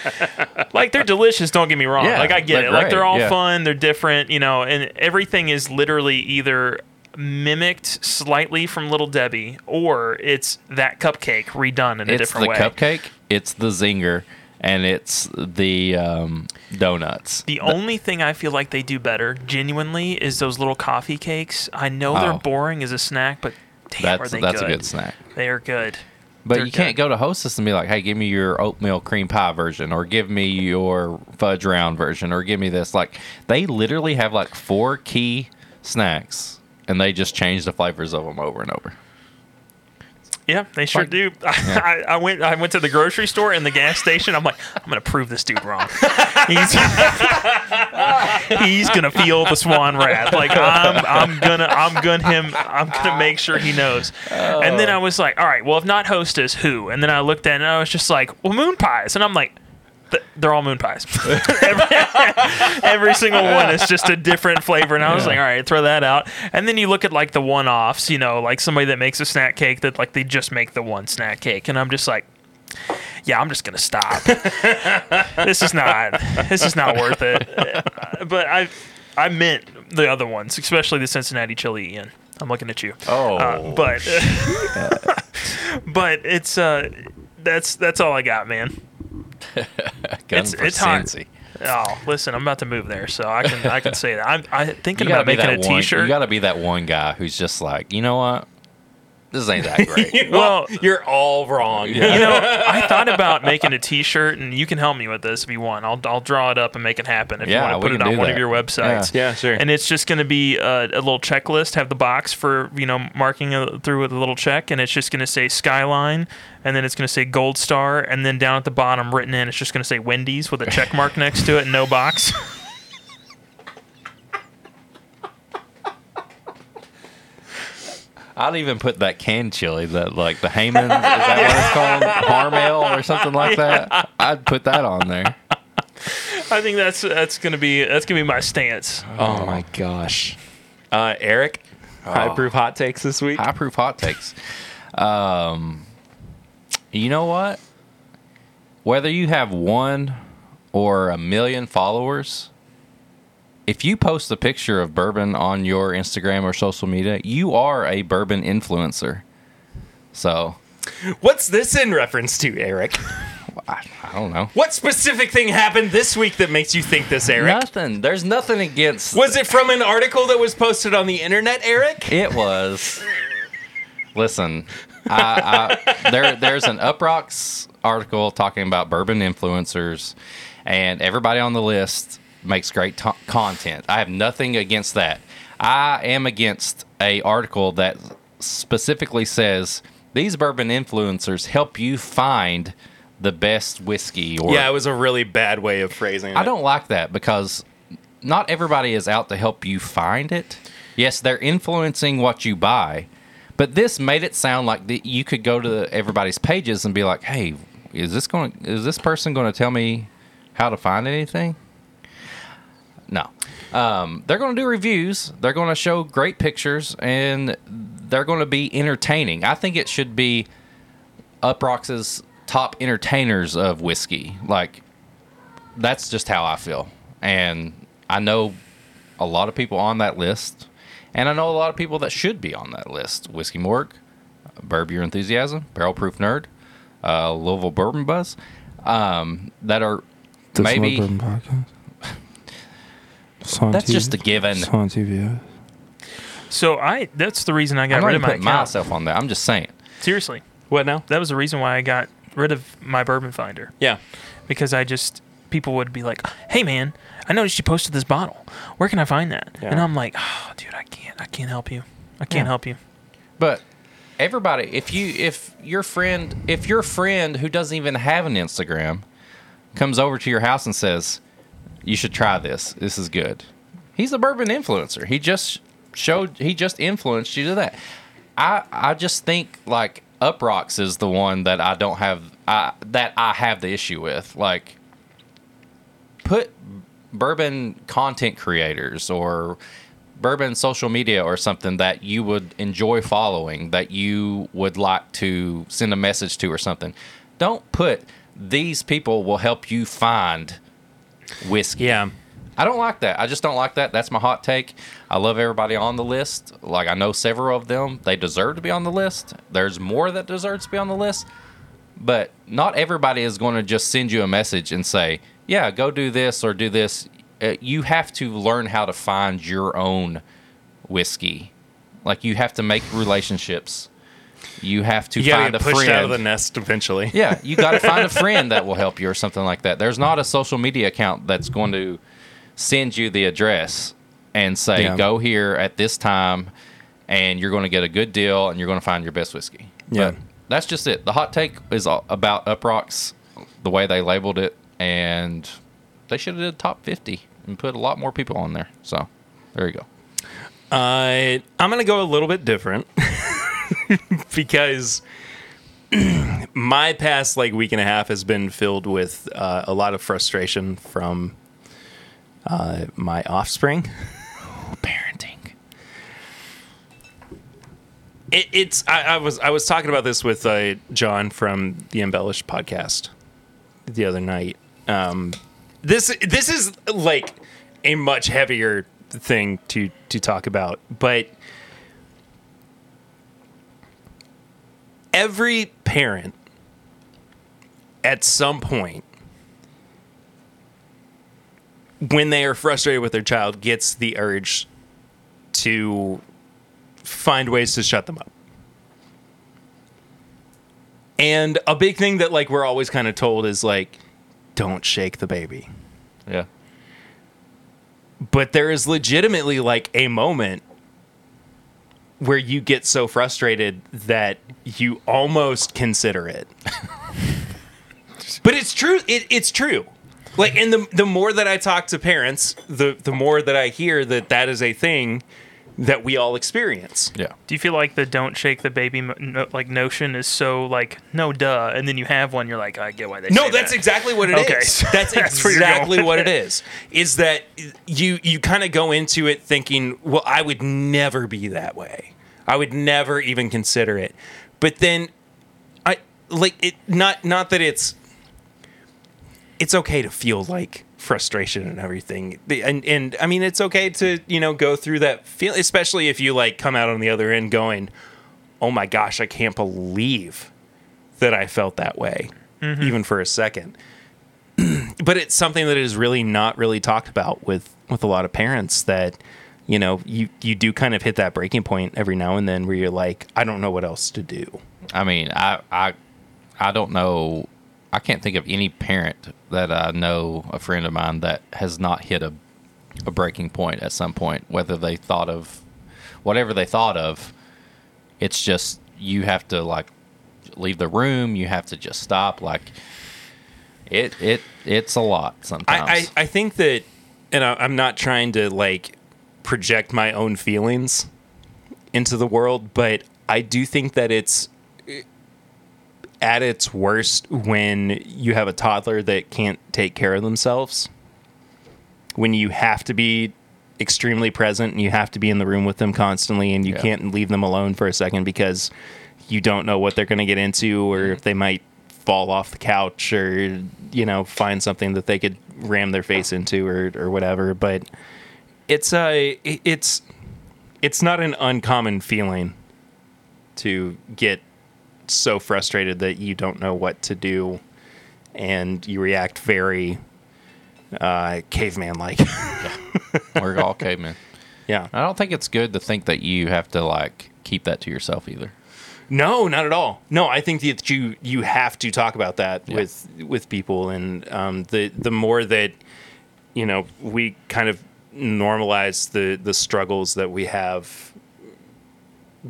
B: like they're delicious. Don't get me wrong.
C: Yeah,
B: like I get
C: they're
B: it. Like they're
C: great,
B: all
C: yeah.
B: fun. They're different. You know, and everything is literally either mimicked slightly from Little Debbie or it's that cupcake redone in a
C: It's
B: different
C: the
B: way.
C: cupcake, it's the zinger, and it's the um, donuts.
B: The only thing I feel like they do better, genuinely, is those little coffee cakes. I know they're
C: Oh.
B: boring as a snack, but damn, are
C: that's
B: they
C: that's
B: good.
C: a good snack.
B: They are good.
C: But
B: They're
C: you can't
B: good.
C: go to Hostess and be like, "Hey, give me your oatmeal cream pie version, or give me your fudge round version, or give me this." Like they literally have like four key snacks, and they just change the flavors of them over and over.
B: Yeah, they sure
C: Like-
B: do. I, I, I went I went to the grocery store and the gas station. I'm like, I'm gonna prove this dude wrong. He's, he's gonna feel the swan wrath. Like I'm I'm gonna I'm gonna him I'm gonna make sure he knows. And then I was like, all right, well if not hostess, who? And then I looked at it and I was just like, well moon pies. And I'm like, th- they're all moon pies. every single one is just a different flavor. And I was like, all right, throw that out. And then you look at like the one offs, you know, like somebody that makes a snack cake that like they just make the one snack cake. And I'm just like, yeah, I'm just gonna stop. this is not this is not worth it. But I I meant the other ones, especially the Cincinnati chili Ian. I'm looking at you.
C: Oh,
B: Uh, but but it's uh that's that's all I got, man. it's- it's hot. Oh, listen, I'm about to move there, so I can I can say that. I'm I thinking
C: You gotta
B: about
C: be
B: making a
C: that one. You
B: T-shirt.
C: gotta be that one guy who's just like, you know what? This ain't that great.
B: Well-
A: you're all wrong.
B: You know, I thought about making a T-shirt, and you can help me with this if you want. I'll I'll draw it up and make it happen if
C: Yeah,
B: you want to
C: we
B: put it
C: can
B: on
C: do
B: one of
C: that.
B: your websites.
A: Yeah, sure.
B: And it's just going to be a, a little checklist. Have the box for you know marking a, through with a little check, and it's just going to say Skyline, and then it's going to say Gold Star, and then down at the bottom, written in, it's just going to say Wendy's with a check mark next to it, and no box.
C: I'd even put that canned chili, that like the Heyman, is that what it's called, Harmel or something like that. I'd put that on there.
B: I think that's that's going to be that's going to be my stance.
A: Oh my gosh. Uh, Eric, high proof hot takes this week.
C: High proof hot takes. Um, you know what? Whether you have one or a million followers, if you post a picture of bourbon on your Instagram or social media, you are a bourbon influencer. So
A: What's this in reference to, Eric?
C: I, I don't know.
A: What specific thing happened this week that makes you think this, Eric?
C: Nothing. There's nothing against.
A: Was it from an article that was posted on the internet, Eric?
C: It was. Listen, I, I, there there's an Uprocks article talking about bourbon influencers, and everybody on the list makes great to- content. I have nothing against that. I am against a article that specifically says these bourbon influencers help you find the best whiskey or
A: Yeah, it was a really bad way of phrasing it.
C: I don't like that because not everybody is out to help you find it. Yes, they're influencing what you buy, but this made it sound like that you could go to everybody's pages and be like, "Hey, is this going? Is this person going to tell me how to find anything?" No, um, they're going to do reviews. They're going to show great pictures, and they're going to be entertaining. I think it should be Uproxx's top entertainers of whiskey. Like that's just how I feel. And I know a lot of people on that list, and I know a lot of people that should be on that list. Whiskey Morgue, Burb Your Enthusiasm, Barrel Proof Nerd, uh, Louisville Bourbon Buzz, um, that are maybe that's just a given.
D: on TV.
B: So I that's the reason I got
C: I'm not
B: rid of
C: even
B: my
C: putting
B: account.
C: myself on that. I'm just saying.
B: Seriously,
A: What now?
B: that was the reason why I got rid of my bourbon finder.
A: Yeah.
B: because I just people would be like, "Hey man, I noticed you posted this bottle. Where can I find that?" And
A: Yeah.
B: I'm like, "Oh, dude, I can't. I can't help you. I can't help you."
C: But everybody, if you if your friend if your friend who doesn't even have an Instagram comes over to your house and says, "You should try this. This is good." He's a bourbon influencer. He just showed he just influenced you to that. I I just think like Uprocks is the one that I don't have I that I have the issue with. Like put bourbon content creators or bourbon social media or something that you would enjoy following that you would like to send a message to or something. Don't put these people will help you find whiskey.
A: Yeah.
C: I don't like that. I just don't like that. That's my hot take. I love everybody on the list. Like I know several of them. They deserve to be on the list. There's more that deserves to be on the list. But not everybody is going to just send you a message and say, "Yeah, go do this or do this." Uh, you have to learn how to find your own whiskey. Like you have to make relationships. You have to
A: You gotta
C: find a
A: get pushed
C: friend.
A: out of the nest eventually.
C: Yeah, you got to find a friend that will help you or something like that. There's not a social media account that's going to send you the address and say
A: Yeah.
C: go here at this time and you're going to get a good deal and you're going to find your best whiskey.
A: Yeah.
C: That's just it. The hot take is all about Uprocks, the way they labeled it and they should have did top 50 and put a lot more people on there. So, there you go.
A: Uh, I'm going to go a little bit different because my past like week and a half has been filled with uh, a lot of frustration from uh, my offspring. Parenting. It, it's I, I was I was talking about this with uh, John from the Embellished podcast the other night. Um, this this is like a much heavier thing to to talk about, but every parent at some point when they are frustrated with their child gets the urge to find ways to shut them up. And a big thing that like we're always kind of told is like don't shake the baby
C: Yeah.
A: but there is legitimately like a moment where you get so frustrated that you almost consider it. but it's true. It, it's true. Like, and the the more that I talk to parents, the the more that I hear that that is a thing that we all experience.
C: Yeah.
B: Do you feel like the "don't shake the baby" mo- no, like notion is so like no duh, and then you have one, you're like, I get why they.
A: No,
B: say
A: that's
B: that.
A: exactly what it is.
B: Okay.
A: That's,
B: That's where you're going.
A: exactly what it is. Is that you you kind of go into it thinking, well, I would never be that way. I would never even consider it. But then I like it not not that it's it's okay to feel like frustration and everything. The- And and I mean it's okay to, you know, go through that feel especially if you like come out on the other end going, "Oh my gosh, I can't believe that I felt that way."
B: Mm-hmm.
A: Even for a second. but it's something that is really not really talked about with with a lot of parents that you know, you you do kind of hit that breaking point every now and then where you're like, "I don't know what else to do."
C: I mean, I, I, I don't know. I can't think of any parent that I know, a friend of mine, that has not hit a, a breaking point at some point, whether they thought of whatever they thought of. It's just you have to like leave the room. You have to just stop. Like it, it, it's a lot sometimes.
A: I, I, I think that, and I, I'm not trying to like project my own feelings into the world, but I do think that it's eh, at its worst when you have a toddler that can't take care of themselves, when you have to be extremely present and you have to be in the room with them constantly and you
C: Yeah.
A: can't leave them alone for a second because you don't know what they're going to get into or if they might fall off the couch or you know find something that they could ram their face into or or whatever but it's a it- it's it's not an uncommon feeling to get so frustrated that you don't know what to do and you react very uh caveman like
C: We're all cavemen.
A: yeah
C: I don't think it's good to think that you have to like keep that to yourself either.
A: No, not at all. No, I think that you you have to talk about that
C: Yeah.
A: with with people, and um, the the more that you know, we kind of normalize the the struggles that we have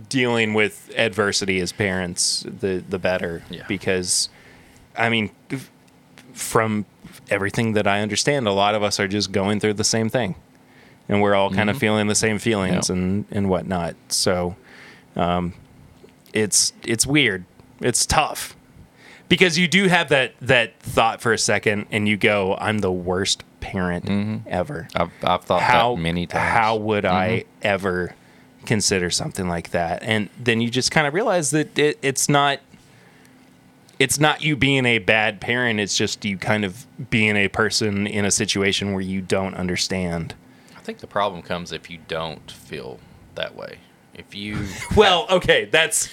A: dealing with adversity as parents, the the better.
C: Yeah.
A: Because, I mean, f- from everything that I understand, a lot of us are just going through the same thing and we're all kind of feeling the same feelings
C: Yeah.
A: and and whatnot. So, um, it's it's weird. It's tough because you do have that that thought for a second, and you go, "I'm the worst parent ever."
C: I've, I've thought
A: how
C: that many times.
A: How would I ever consider something like that? And then you just kind of realize that it, it's not it's not you being a bad parent. It's just you kind of being a person in a situation where you don't understand.
C: I think the problem comes if you don't feel that way. If you,
A: Well, okay, that's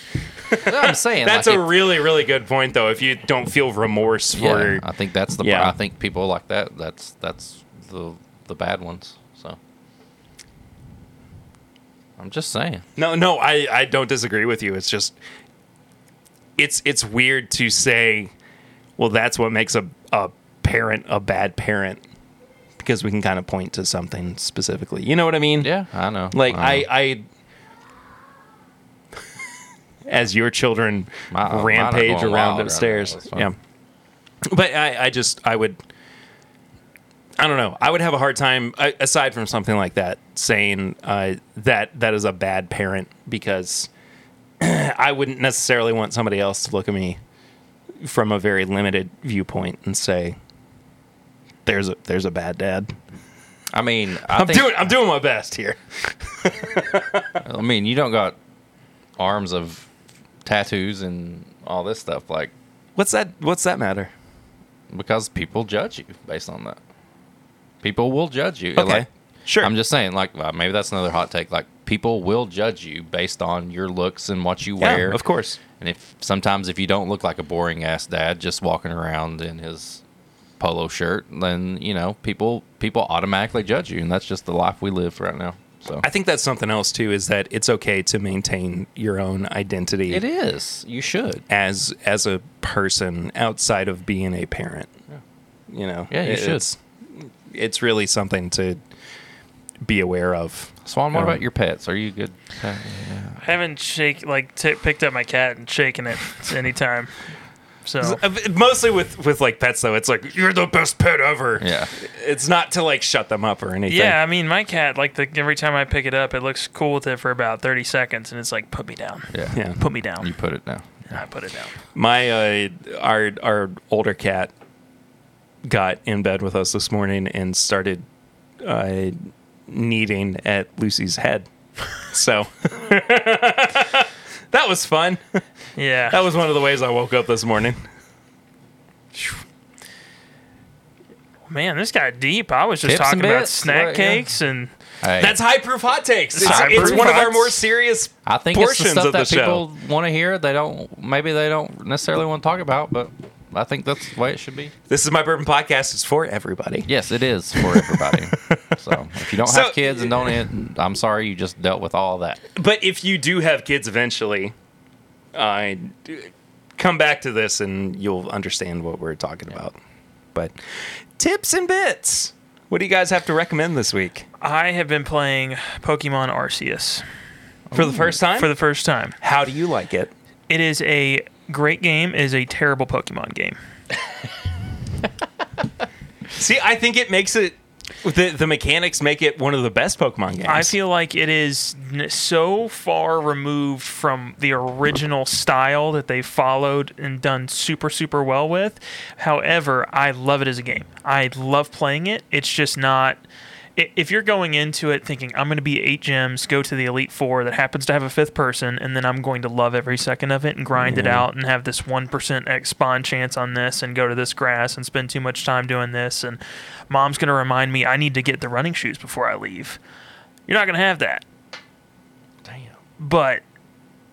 C: I'm saying
A: that's
C: like,
A: a
C: if-
A: really really good point though. If you don't feel remorse for
C: yeah, I think that's the. pro-
A: Yeah.
C: I think people like that. That's that's the the bad ones. So I'm just saying.
A: No, no, I, I don't disagree with you. It's just it's it's weird to say, well, that's what makes a, a parent a bad parent because we can kind of point to something specifically. You know what I mean?
C: Yeah, I know.
A: Like
C: I,
A: I, I as your children
C: My- mine are
A: rampage
C: going wild
A: around
C: right now.
A: upstairs.
C: That's fine.
A: yeah. But I, I just I would I don't know. I would have a hard time a- aside from something like that saying uh, that that is a bad parent because I wouldn't necessarily want somebody else to look at me from a very limited viewpoint and say there's a there's a bad dad.
C: I mean, I
A: I'm
C: think,
A: doing I'm doing my best here.
C: I mean, you don't got arms of tattoos and all this stuff, like
A: What's that what's that matter?
C: because people judge you based on that. People will judge you.
A: Okay.
C: Like,
A: sure.
C: I'm just saying, like well, maybe that's another hot take. Like people will judge you based on your looks and what you
A: yeah,
C: wear.
A: of course.
C: And if sometimes if you don't look like a boring ass dad just walking around in his polo shirt, then you know people people automatically judge you, and that's just the life we live right now. So
A: I think that's something else too is that it's okay to maintain your own identity
C: it is. You should.
A: as as a person outside of being a parent. You know.
C: Yeah, you
A: it-
C: should.
A: It's, it's really something to be aware of.
C: Swan, what
A: Um,
C: about your pets? Are you good? Uh,
B: I haven't shake like t- picked up my cat and shaken it anytime. So
A: Uh, Mostly with with like pets though, it's like you're the best pet ever.
C: Yeah.
A: It's not to like shut them up or anything.
B: yeah, I mean my cat like the, every time I pick it up, it looks cool with it for about 30 seconds, and it's like put me down,
C: Yeah.
A: Yeah.
B: put me down.
C: You put it down.
B: I put it down.
A: my uh, our our older cat got in bed with us this morning and started uh, kneading at Lucy's head. So that was fun.
B: Yeah.
A: That was one of the ways I woke up this morning.
B: Man, this got deep. I was just
C: Tips
B: talking
C: and
B: about
C: bits,
B: snack
C: right, yeah.
B: cakes and
C: Hey,
A: That's high proof hot takes. It's,
B: High
A: it's
B: proof
A: one of our
B: hots.
A: more serious
C: I think it's the
A: portions
C: stuff
A: of the
C: that
A: show.
C: people want to hear. They don't. Maybe they don't necessarily want to talk about, but I think that's the way it should be.
A: This is my bourbon podcast. It's for everybody.
C: Yes, it is for everybody. so if you don't
A: So-
C: have kids and don't, en- I'm sorry, you just dealt with all that.
A: But if you do have kids eventually, I come back to this and you'll understand what we're talking about. But tips and bits. What do you guys have to recommend this week
B: I have been playing Pokemon Arceus
A: for the first time?
B: for the first time.
A: How do you like it?
B: It is a great game. It is a terrible Pokemon game.
A: See, I think it makes it the the mechanics make it one of the best Pokemon games.
B: I feel like it is n- so far removed from the original style that they followed and done super, super well with. However, I love it as a game. I love playing it. It's just not. i- If you're going into it thinking, I'm going to be eight gems, go to the Elite Four that happens to have a fifth person, and then I'm going to love every second of it and grind it out and have this 1% X spawn chance on this and go to this grass and spend too much time doing this, and mom's going to remind me I need to get the running shoes before I leave. You're not gonna have that.
C: Damn.
B: But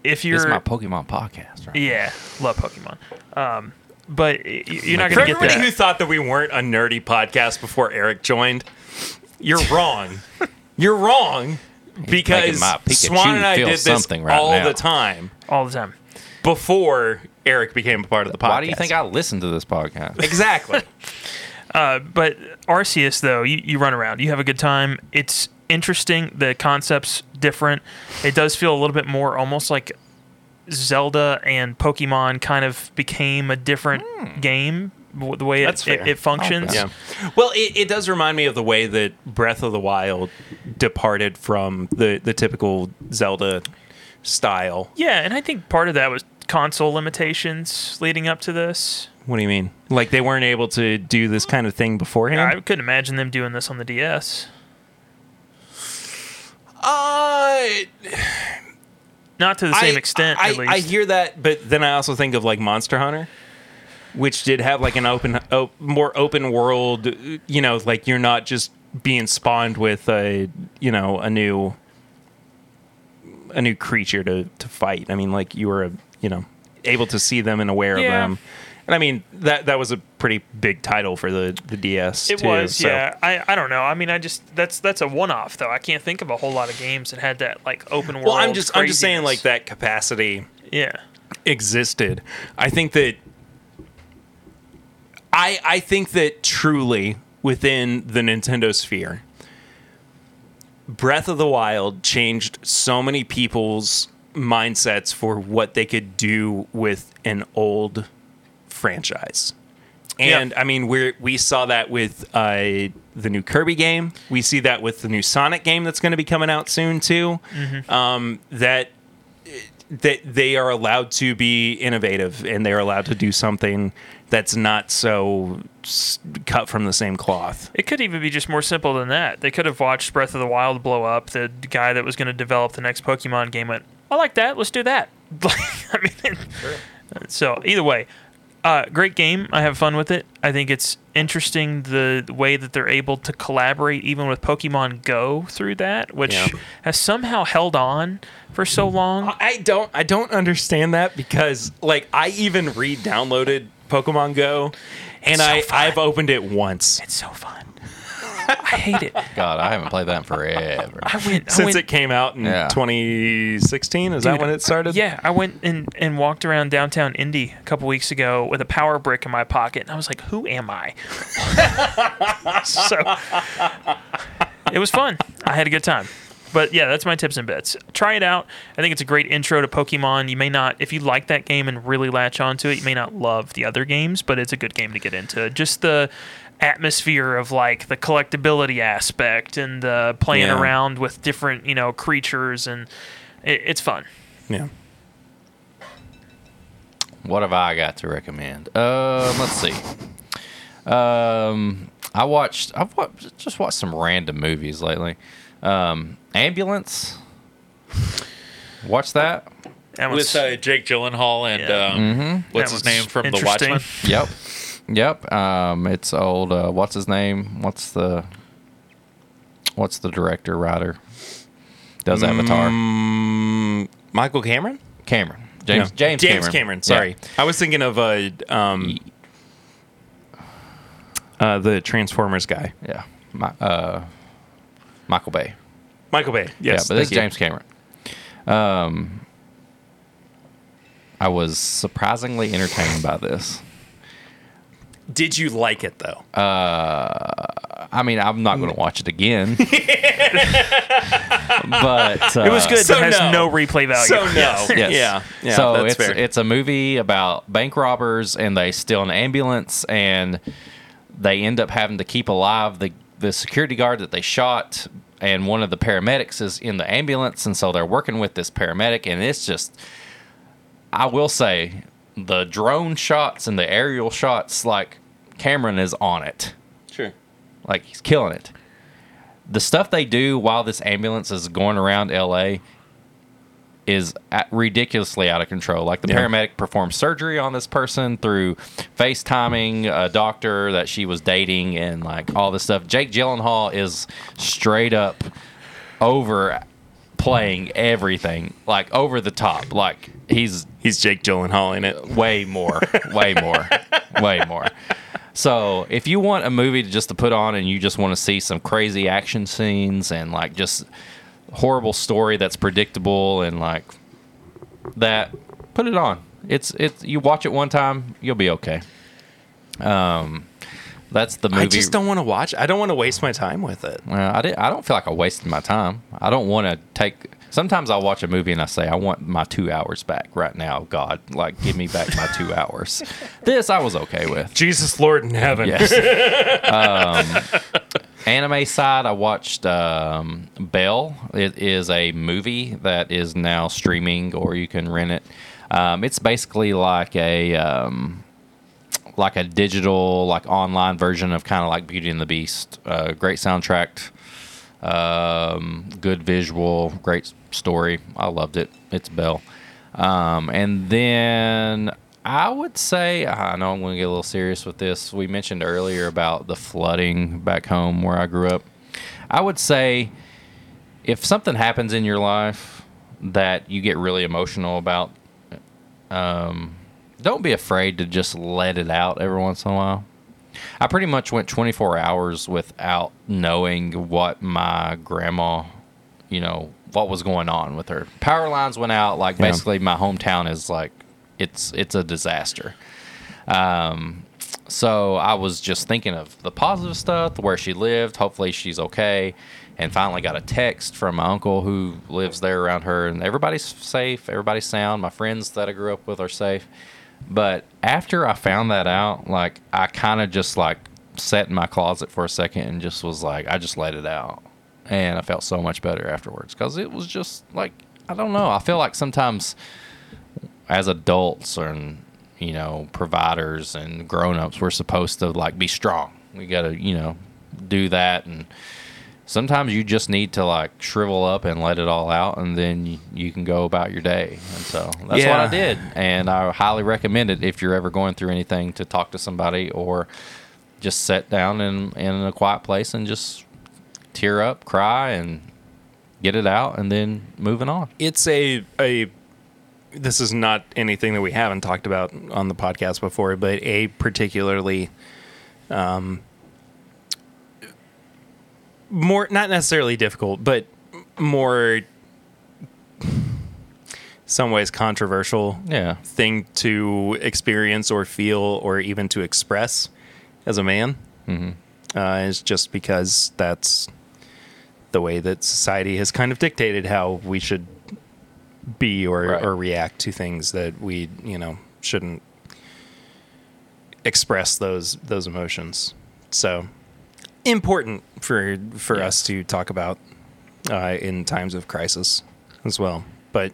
B: if
C: It's
B: you're
C: my Pokemon podcast, right?
B: yeah, love Pokemon. Um, but y- you're not
C: Like
A: for
B: gonna get
A: everybody who
B: that.
A: thought that we weren't a nerdy podcast before Eric joined, you're wrong. you're wrong because
C: my Pikachu
A: Swan and I
C: feel
A: did this
C: something right
A: all
C: now.
A: the time.
B: all the time.
A: before Eric became a part of the podcast.
C: Why do you think I listen to this podcast?
A: Exactly.
B: Uh, but Arceus though, you, you run around, you have a good time. It's interesting. The concepts different. It does feel a little bit more almost like Zelda and Pokemon kind of became a different
C: Hmm.
B: game. w- The way
A: That's
B: it,
A: fair.
B: it, it functions.
C: I'll
A: yeah. Well, it, it does remind me of the way that Breath of the Wild departed from the the typical Zelda style.
B: Yeah, and I think part of that was console limitations leading up to this.
A: What do you mean? Like they weren't able to do this kind of thing
B: I
A: beforehand?
B: couldn't imagine them doing this on the DS.
A: Uh,
B: Not to the same
A: I-
B: extent,
A: I,
B: at least.
A: I hear that, but then I also think of like Monster Hunter, which did have like an open, op, more open world. You know, like you're not just being spawned with a you know a new a new creature to to fight. I mean, like you were a, you know able to see them and aware
B: Yeah.
A: of them. And I mean that that was a pretty big title for the the DS.
B: It
A: too,
B: was,
A: so-
B: yeah. I, I don't know. I mean, I just that's that's a one off though. I can't think of a whole lot of games that had that like open world.
A: Well, I'm just I'm just saying like
B: craziness.
A: that capacity.
B: Yeah.
A: existed. I think that I I think that truly within the Nintendo sphere, Breath of the Wild changed so many people's mindsets for what they could do with an old franchise. And I mean, we we saw that with uh, the new Kirby game. We see that with the new Sonic game that's going to be coming out soon too. Um, that that they are allowed to be innovative and they're allowed to do something that's not so s- cut from the same cloth.
B: It could even be just more simple than that. They could have watched Breath of the Wild blow up. The guy that was going to develop the next Pokemon game went, "I like that. Let's do that." Like, I mean, so either way, uh, great game. I have fun with it. I think it's interesting the the way that they're able to collaborate even with Pokemon Go through that, which
A: Yeah. Mm.
B: has somehow held on for so long.
A: I don't I don't understand that because like I even re-downloaded Pokemon Go and
B: so
A: I
B: fun.
A: I've opened it once
B: it's so fun. I hate it.
C: God, I haven't played that in forever.
B: I went I
A: since
B: went,
A: it came out in
C: Yeah.
A: 2016 is that
B: Dude,
A: when it started?
B: Yeah, I went and, and walked around downtown Indy a couple weeks ago with a power brick in my pocket, and I was like, "Who am I?" so it was fun. I had a good time. But yeah, that's my tips and bits. Try it out. I think it's a great intro to Pokemon. You may not, if you like that game and really latch onto it, you may not love the other games, but it's a good game to get into. Just the atmosphere of like the collectability aspect and the playing
A: Yeah.
B: around with different, you know, creatures and it, it's fun.
A: Yeah.
C: What have I got to recommend? Um, let's see. Um, I watched. I've watched, just watched some random movies lately. Um, Ambulance. Watch that.
B: That
D: with
B: was
D: uh, Jake Gyllenhaal and
B: Yeah.
D: um, what's
B: that was
D: his name from The
B: interesting.
D: Watchmen?
C: Yep. Yep. Um, it's old. Uh, what's his name? What's the What's the director writer? Does Avatar?
A: Michael Cameron?
C: Cameron. James.
A: No.
C: James.
A: James Cameron.
C: Cameron.
A: sorry,
C: Yeah.
A: I was thinking of uh, um, uh, the Transformers guy,
C: Yeah. Mi- uh, Michael Bay.
A: Michael Bay. Yes,
C: yeah, but this is
A: thank you.
C: James Cameron. Um, I was surprisingly entertained by this.
A: Did you like it though?
C: I mean, I'm not going to watch it again, but uh,
B: It was good,
A: so
B: but has
A: no.
B: no, replay value.
A: so no.
C: Yes.
A: Yeah. Yeah.
C: so
A: that's
C: it's
A: fair.
C: it's a movie about bank robbers and they steal an ambulance and they end up having to keep alive the the security guard that they shot and one of the paramedics is in the ambulance and so they're working with this paramedic and it's just I will say the drone shots and the aerial shots like Cameron is on it.
A: sure.
C: Like he's killing it. The stuff they do while this ambulance is going around LA is at- ridiculously out of control. Like the
A: Yeah.
C: paramedic performed surgery on this person through FaceTiming a doctor that she was dating and like all this stuff. Jake Gyllenhaal is straight up over playing everything, like over the top. Like he's
A: He's Jake Gyllenhaal in it.
C: way more, way more, way more. So if you want a movie to just to put on and you just want to see some crazy action scenes and like just horrible story that's predictable and like that, put it on. It's it's you watch it one time, you'll be okay. Um, that's the movie.
A: I just don't want to watch. I don't want to waste my time with it.
C: Well, I, did, I don't feel like I wasted my time. I don't want to take. Sometimes I'll watch a movie and I say, I want my two hours back right now. God, like, give me back my two hours. This I was okay with.
A: Jesus Lord in heaven.
C: Yes. um, anime side, I watched um, Bell. It is a movie that is now streaming, or you can rent it. Um, it's basically like a um, like a digital, like online version of kind of like Beauty and the Beast. Uh, great soundtrack, um, good visual, great s- story. I loved it. It's Bell. Um, and then I would say, I know I'm going to get a little serious with this. We mentioned earlier about the flooding back home where I grew up. I would say if something happens in your life that you get really emotional about, um, don't be afraid to just let it out every once in a while. I pretty much went 24 hours without knowing what my grandma, you know, what was going on with her. Power lines went out. Like
A: Yeah.
C: basically, my hometown is like it's it's a disaster. Um, so I was just thinking of the positive stuff, where she lived. Hopefully, she's okay. And finally, got a text from my uncle who lives there around her, and everybody's safe. Everybody's sound. My friends that I grew up with are safe. But after I found that out, like I kind of just like sat in my closet for a second and just was like, I just let it out, and I felt so much better afterwards because it was just like I don't know. I feel like sometimes as adults and you know providers and grown-ups we're supposed to like be strong we gotta you know do that and sometimes you just need to like shrivel up and let it all out and then you, you can go about your day and so that's what
A: Yeah.
C: i did and i highly recommend it if you're ever going through anything to talk to somebody or just sit down in, in a quiet place and just tear up cry and get it out and then moving on
A: it's a a this is not anything that we haven't talked about on the podcast before, but a particularly um, more not necessarily difficult, but more some ways controversial
C: yeah
A: thing to experience or feel or even to express as a man. Uh, it's just because that's the way that society has kind of dictated how we should be or,
C: Right.
A: or react to things that we, you know, shouldn't express those those emotions. So important for for
C: Yeah.
A: us to talk about uh, in times of crisis as well. But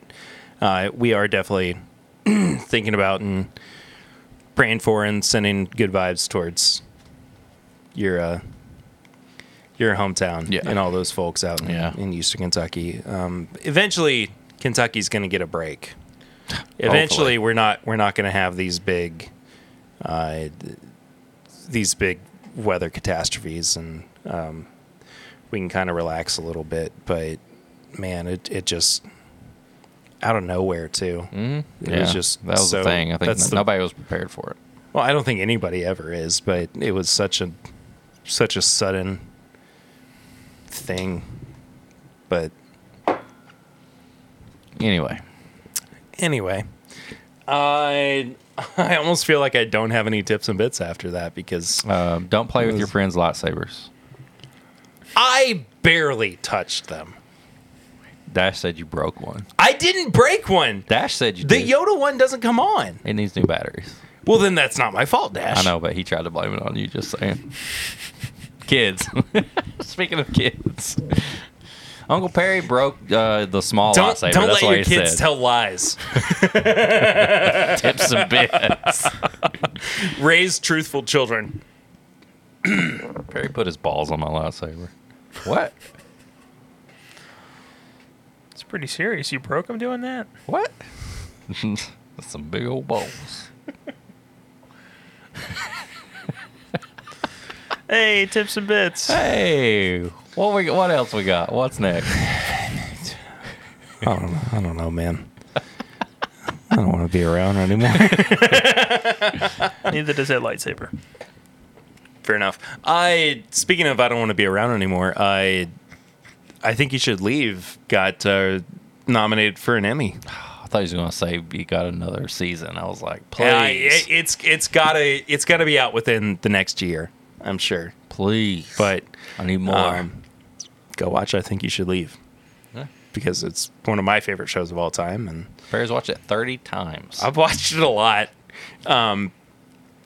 A: uh, we are definitely thinking about and praying for and sending good vibes towards your uh, your hometown
C: Yeah.
A: and all those folks out in,
C: Yeah.
A: in Eastern Kentucky. Um, eventually, Kentucky's going to get a break. Eventually,
C: Hopefully.
A: we're not we're not going to have these big uh, th- these big weather catastrophes, and um, we can kind of relax a little bit. But man, it it just out of nowhere too. It was just
C: Mm-hmm. that was
A: so-
C: the thing. I think
A: that's
C: no-
A: the-
C: nobody was prepared for it.
A: Well, I don't think anybody ever is, but it was such a such a sudden thing. But
C: Anyway,
A: anyway, I I almost feel like I don't have any tips and bits after that because
C: um, don't play with your
A: was-
C: friends' lightsabers.
A: I barely touched them.
C: Dash said you broke one.
A: I didn't break one.
C: Dash said you
A: The
C: did.
A: Yoda one doesn't come on.
C: it needs new batteries.
A: Well, then that's not my fault, Dash.
C: I know, but he tried to blame it on you. Just saying. kids. Speaking of kids, Uncle Perry broke uh, the small
A: Don't
C: lightsaber.
A: don't
C: That's
A: let
C: what
A: your
C: he
A: kids
C: said.
A: tell lies.
C: tips and bits.
A: Raise truthful children.
C: Perry put his balls on my lightsaber. What?
B: It's pretty serious. You broke him doing that?
C: What? That's some big old balls.
B: Hey, tips and bits.
C: Hey, what we what else we got? What's next?
A: I don't know. I don't know, man. I don't want to be around anymore.
B: Neither does that lightsaber.
A: Fair enough. I speaking of, I don't want to be around anymore. I, I think you should leave. Got uh, nominated for an Emmy.
C: I thought he was going to say he got another season. I was like, please,
A: And I- it- it's it's gotta it's gotta be out within the next year. I'm sure.
C: please.
A: But
C: I need more.
A: um, go watch. I think you should leave
C: Yeah.
A: because it's one of my favorite shows of all time, and
C: Perry's watched it 30 times.
A: I've watched it a lot. Um,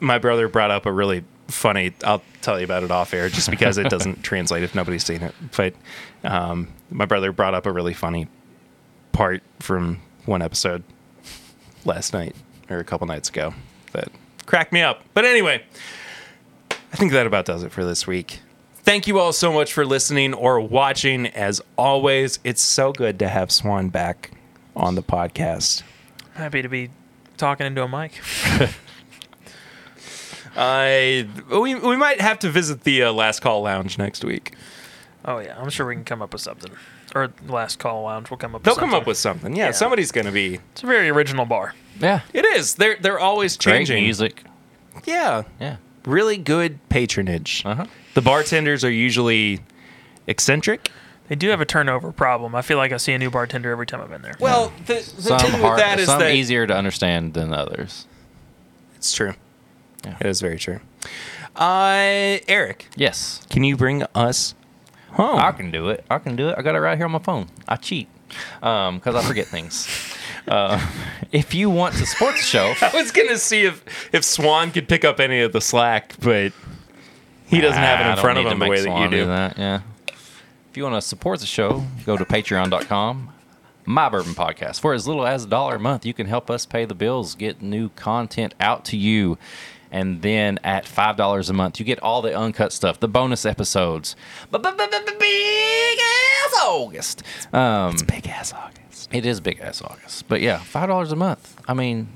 A: my brother brought up a really funny. I'll tell you about it off air just because it doesn't translate if nobody's seen it. But um, my brother brought up a really funny part from one episode last night or a couple nights ago that cracked me up. But anyway, I think that about does it for this week. Thank you all so much for listening or watching. As always, it's so good to have Swan back on the podcast.
B: Happy to be talking into a mic.
A: I we we might have to visit the uh, Last Call Lounge next week.
B: Oh yeah, I'm sure we can come up with something. Or last call lounge, we'll come up.
A: They'll
B: with
A: come up with something. Yeah,
B: Yeah.
A: somebody's going to be.
B: It's a very original bar.
C: Yeah.
A: It is. They're they're always
C: Great
A: changing.
C: music.
A: Yeah, Uh-huh.
C: Yeah.
A: really good patronage.
C: Uh huh.
A: The bartenders are usually eccentric.
B: They do have a turnover problem. I feel like I see a new bartender every time I've been there.
A: Well, the, the
C: Some
A: thing with
C: hard,
A: that is
C: some
A: that
C: easier to understand than others.
A: it's true.
C: Yeah.
A: It is very true. Uh, Eric,
C: Yes.
A: can you bring us home?
C: I can do it. I can do it. I got it right here on my phone. I cheat because I forget things. Uh, if you want to support the show,
A: I was gonna see if if Swan could pick up any of the slack, but he doesn't have
C: I
A: it in
C: don't
A: front of
C: need to
A: him the
C: make
A: way that you
C: Swan
A: do.
C: that, yeah. If you want to support the show, go to patreon.com. My Bourbon Podcast. For as little as a dollar a month, you can help us pay the bills, get new content out to you. And then at $5 a month, you get all the uncut stuff, the bonus episodes. Big ass August. Um,
A: Big ass August.
C: it is big ass August. But yeah, five dollars a month. I mean,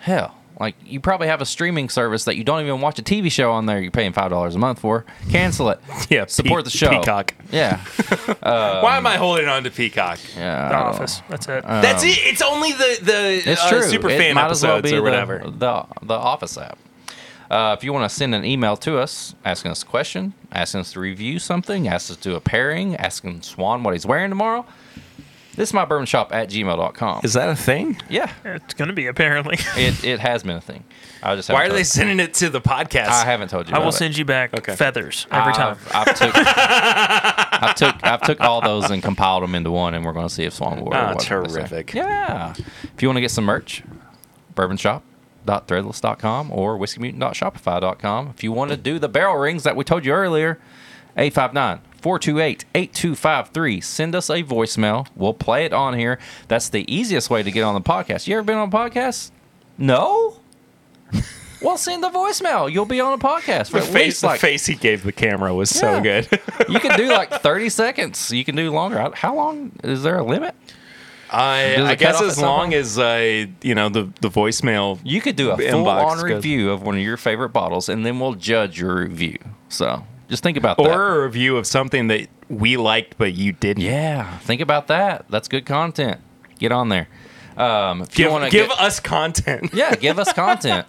C: hell. Like you probably have a streaming service that you don't even watch a TV show on there you're paying five dollars a month for. Cancel it.
A: Yeah,
C: Support
A: Pe-
C: the show.
A: Peacock.
C: Yeah. Uh,
A: Why am I holding on to Peacock?
C: Yeah.
B: the office. That's it.
A: That's it. It's only the the
C: It's
A: uh,
C: true.
A: super
C: It
A: fan
C: might as well
A: episodes
C: be
A: or whatever.
C: The, the, the Office app. Uh, if you want to send an email to us asking us a question, asking us to review something, asking us to do a pairing, asking Swan what he's wearing tomorrow, this is my bourbon shop at gmail.com.
A: Is that a thing?
C: yeah.
B: it's gonna be apparently.
C: It, it has been a thing. I just
A: Why are
C: haven't
A: they
C: told-
A: sending it to the podcast?
C: I haven't told you.
B: I
C: about
B: will
C: it. Uh,
B: send you back
A: Okay.
B: feathers every time.
C: I've, I've took, I've took, I've took all those and compiled them into one, and we're going to see if Swan will.
A: Ah,
C: order one for this thing.
A: terrific.
C: Yeah. If you want to get some merch, bourbonshop.threadless.com or whiskeymutant.shopify.com. If you want to do the barrel rings that we told you earlier, 859 428 8253. Send us a voicemail. We'll play it on here. That's the easiest way to get on the podcast. You ever been on a podcast? No? Well, send the voicemail. You'll be on a podcast for
A: the
C: at
A: face,
C: least like
A: the face he gave the camera was so
C: Yeah.
A: good.
C: you can do like 30 seconds. You can do longer. I- How long is there a limit?
A: I,
C: Does it
A: I
C: cut
A: guess
C: off at
A: as
C: some
A: long
C: point?
A: as I, you know, the the voicemail.
C: You could do a
A: Inbox
C: full on
A: goes-
C: review of one of your favorite bottles, and then we'll judge your review. So just think about that.
A: Or a review of something that we liked but you didn't.
C: yeah, think about that. That's good content. Get on there. Um, if you
A: Give,
C: want to
A: give
C: get,
A: us content.
C: yeah, give us content.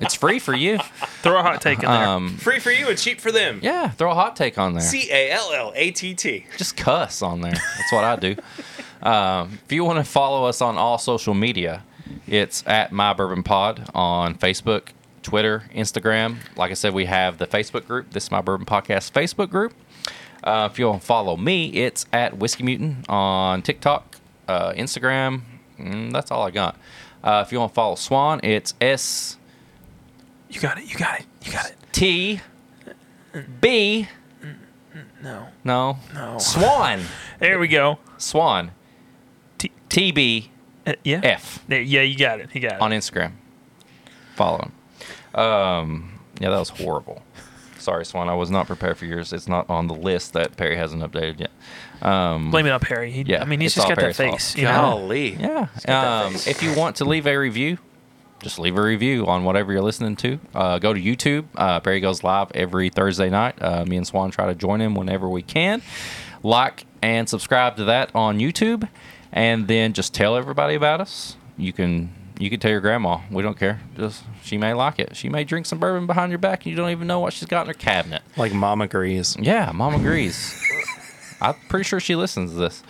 C: it's free for you.
B: Throw a hot take in there.
C: Um,
A: Free for you and cheap for them.
C: yeah, throw a hot take on there.
A: C A L L A T T.
C: just cuss on there. That's what I do. Um, if you want to follow us on all social media, it's at My Bourbon Pod on Facebook, Twitter, Instagram. Like I said, we have the Facebook group. This is My Bourbon Podcast Facebook group. Uh, if you'll follow me, it's at Whiskey Mutant on TikTok, uh, Instagram. Mm, that's all I got. Uh, if you want to follow Swan, it's S
B: you got it. You got it. You got it.
C: T B.
B: No.
C: No.
B: No.
C: Swan.
B: There we go.
C: Swan.
B: T-
C: T B
B: Uh, yeah.
C: F.
B: There- yeah, you got it. He got it.
C: on Instagram. Follow him. Um, yeah, that was horrible. Sorry, Swan. I was not prepared for yours. It's not on the list that Perry hasn't updated yet.
B: Blame it on Perry. He,
C: Yeah,
B: I mean, he's
C: it's
B: just
C: all
B: got that
C: Perry's
B: face.
C: fault.
B: You know?
C: Yeah. Um, if you want to leave a review, just leave a review on whatever you're listening to. Uh, go to YouTube. Uh, Barry goes live every Thursday night. Uh, me and Swan try to join him whenever we can. Like and subscribe to that on YouTube, and then just tell everybody about us. You can you can tell your grandma. We don't care. Just she may like it. She may drink some bourbon behind your back, and you don't even know what she's got in her cabinet.
A: Like Mama agrees.
C: Yeah, mom agrees. I'm pretty sure she listens to this.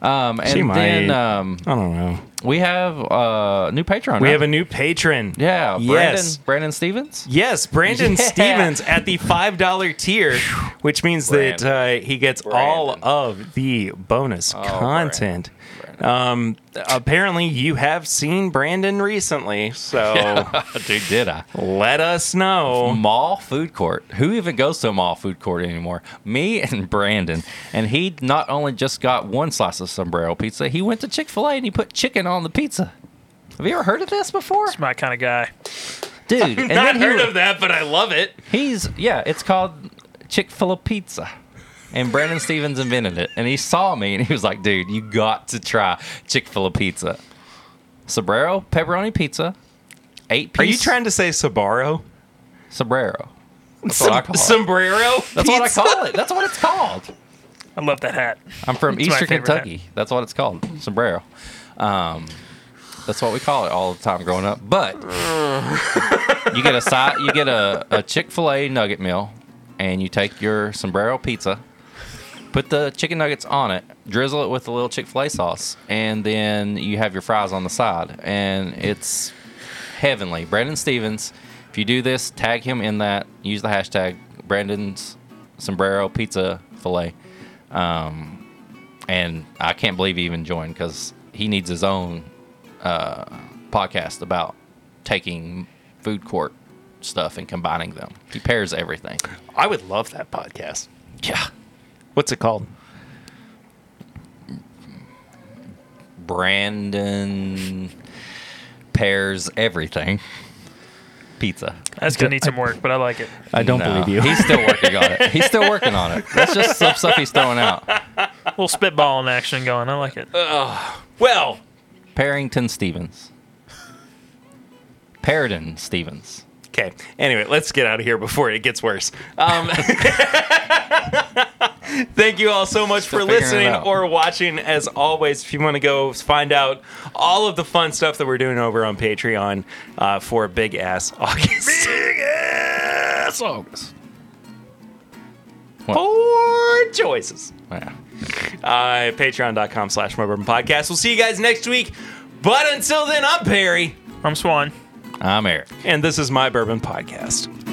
C: Um, and
A: She might.
C: then um,
A: I don't know.
C: we have uh, new Patreon.
A: We
C: right?
A: have a new patron.
C: yeah, Brandon
A: Yes.
C: Brandon Stevens.
A: Yes, Brandon
C: Yeah.
A: Stevens at the five dollar tier, which means that uh,
C: Brandon.
A: he gets all
C: Brandon.
A: of the bonus
C: Oh,
A: content.
C: Brandon.
A: Um, apparently, you have seen Brandon recently, so
C: Dude, did I?
A: let us know.
C: Mall food court. Who even goes to a mall food court anymore? Me and Brandon. And he not only just got one slice of sombrero pizza, he went to Chick fil A and he put chicken on the pizza. Have you ever heard of this before?
B: It's my kind of guy.
C: Dude,
A: Not
C: and then he
A: heard
C: was-
A: of that, but I love it.
C: He's yeah, it's called Chick Fil A Pizza, and Brandon Stevens invented it. And he saw me, and he was like, "Dude, you got to try Chick Fil A Pizza, Sobrero pepperoni pizza, eight piece."
A: Are you trying to say Sabaro?
C: Sobrero? That's what I call it.
A: Sombrero?
C: That's what I call it. That's what it's called.
B: I love that hat.
C: I'm from
B: It's my
C: Eastern
B: favorite hat.
C: Kentucky. That's what it's called, sombrero. Um, that's what we call it all the time growing up. But you get a side, you get a, a Chick Fil A nugget meal, and you take your sombrero pizza, put the chicken nuggets on it, drizzle it with a little Chick Fil A sauce, and then you have your fries on the side, and it's heavenly. Brandon Stevens, if you do this, tag him in that. Use the hashtag Brandon's sombrero pizza fillet and I can't believe he even joined because he needs his own uh, podcast about taking food court stuff and combining them. He pairs everything.
A: I would love that podcast.
C: Yeah,
A: What's it called?
C: Brandon pairs everything. Pizza.
B: That's gonna need some work, but I like it.
A: I don't
C: No, He's still working on it. He's still working on it. That's just some stuff he's throwing out.
B: A little spitball in action going. I like it.
A: Well,
C: Parrington Stevens. Paradon Stevens.
A: Okay. Anyway, let's get out of here before it gets worse. Um, thank you all so much for
C: Still figuring it
A: listening
C: out.
A: or watching. As always, if you want to go find out all of the fun stuff that we're doing over on Patreon uh, for Big Ass August. Big Ass
C: Songs.
A: Four choices.
C: Yeah.
A: Uh, Patreon.com slash My Bourbon Podcast. We'll see you guys next week. But until then, I'm Perry,
B: I'm Swan.
C: I'm Eric.
A: and this is My Bourbon Podcast.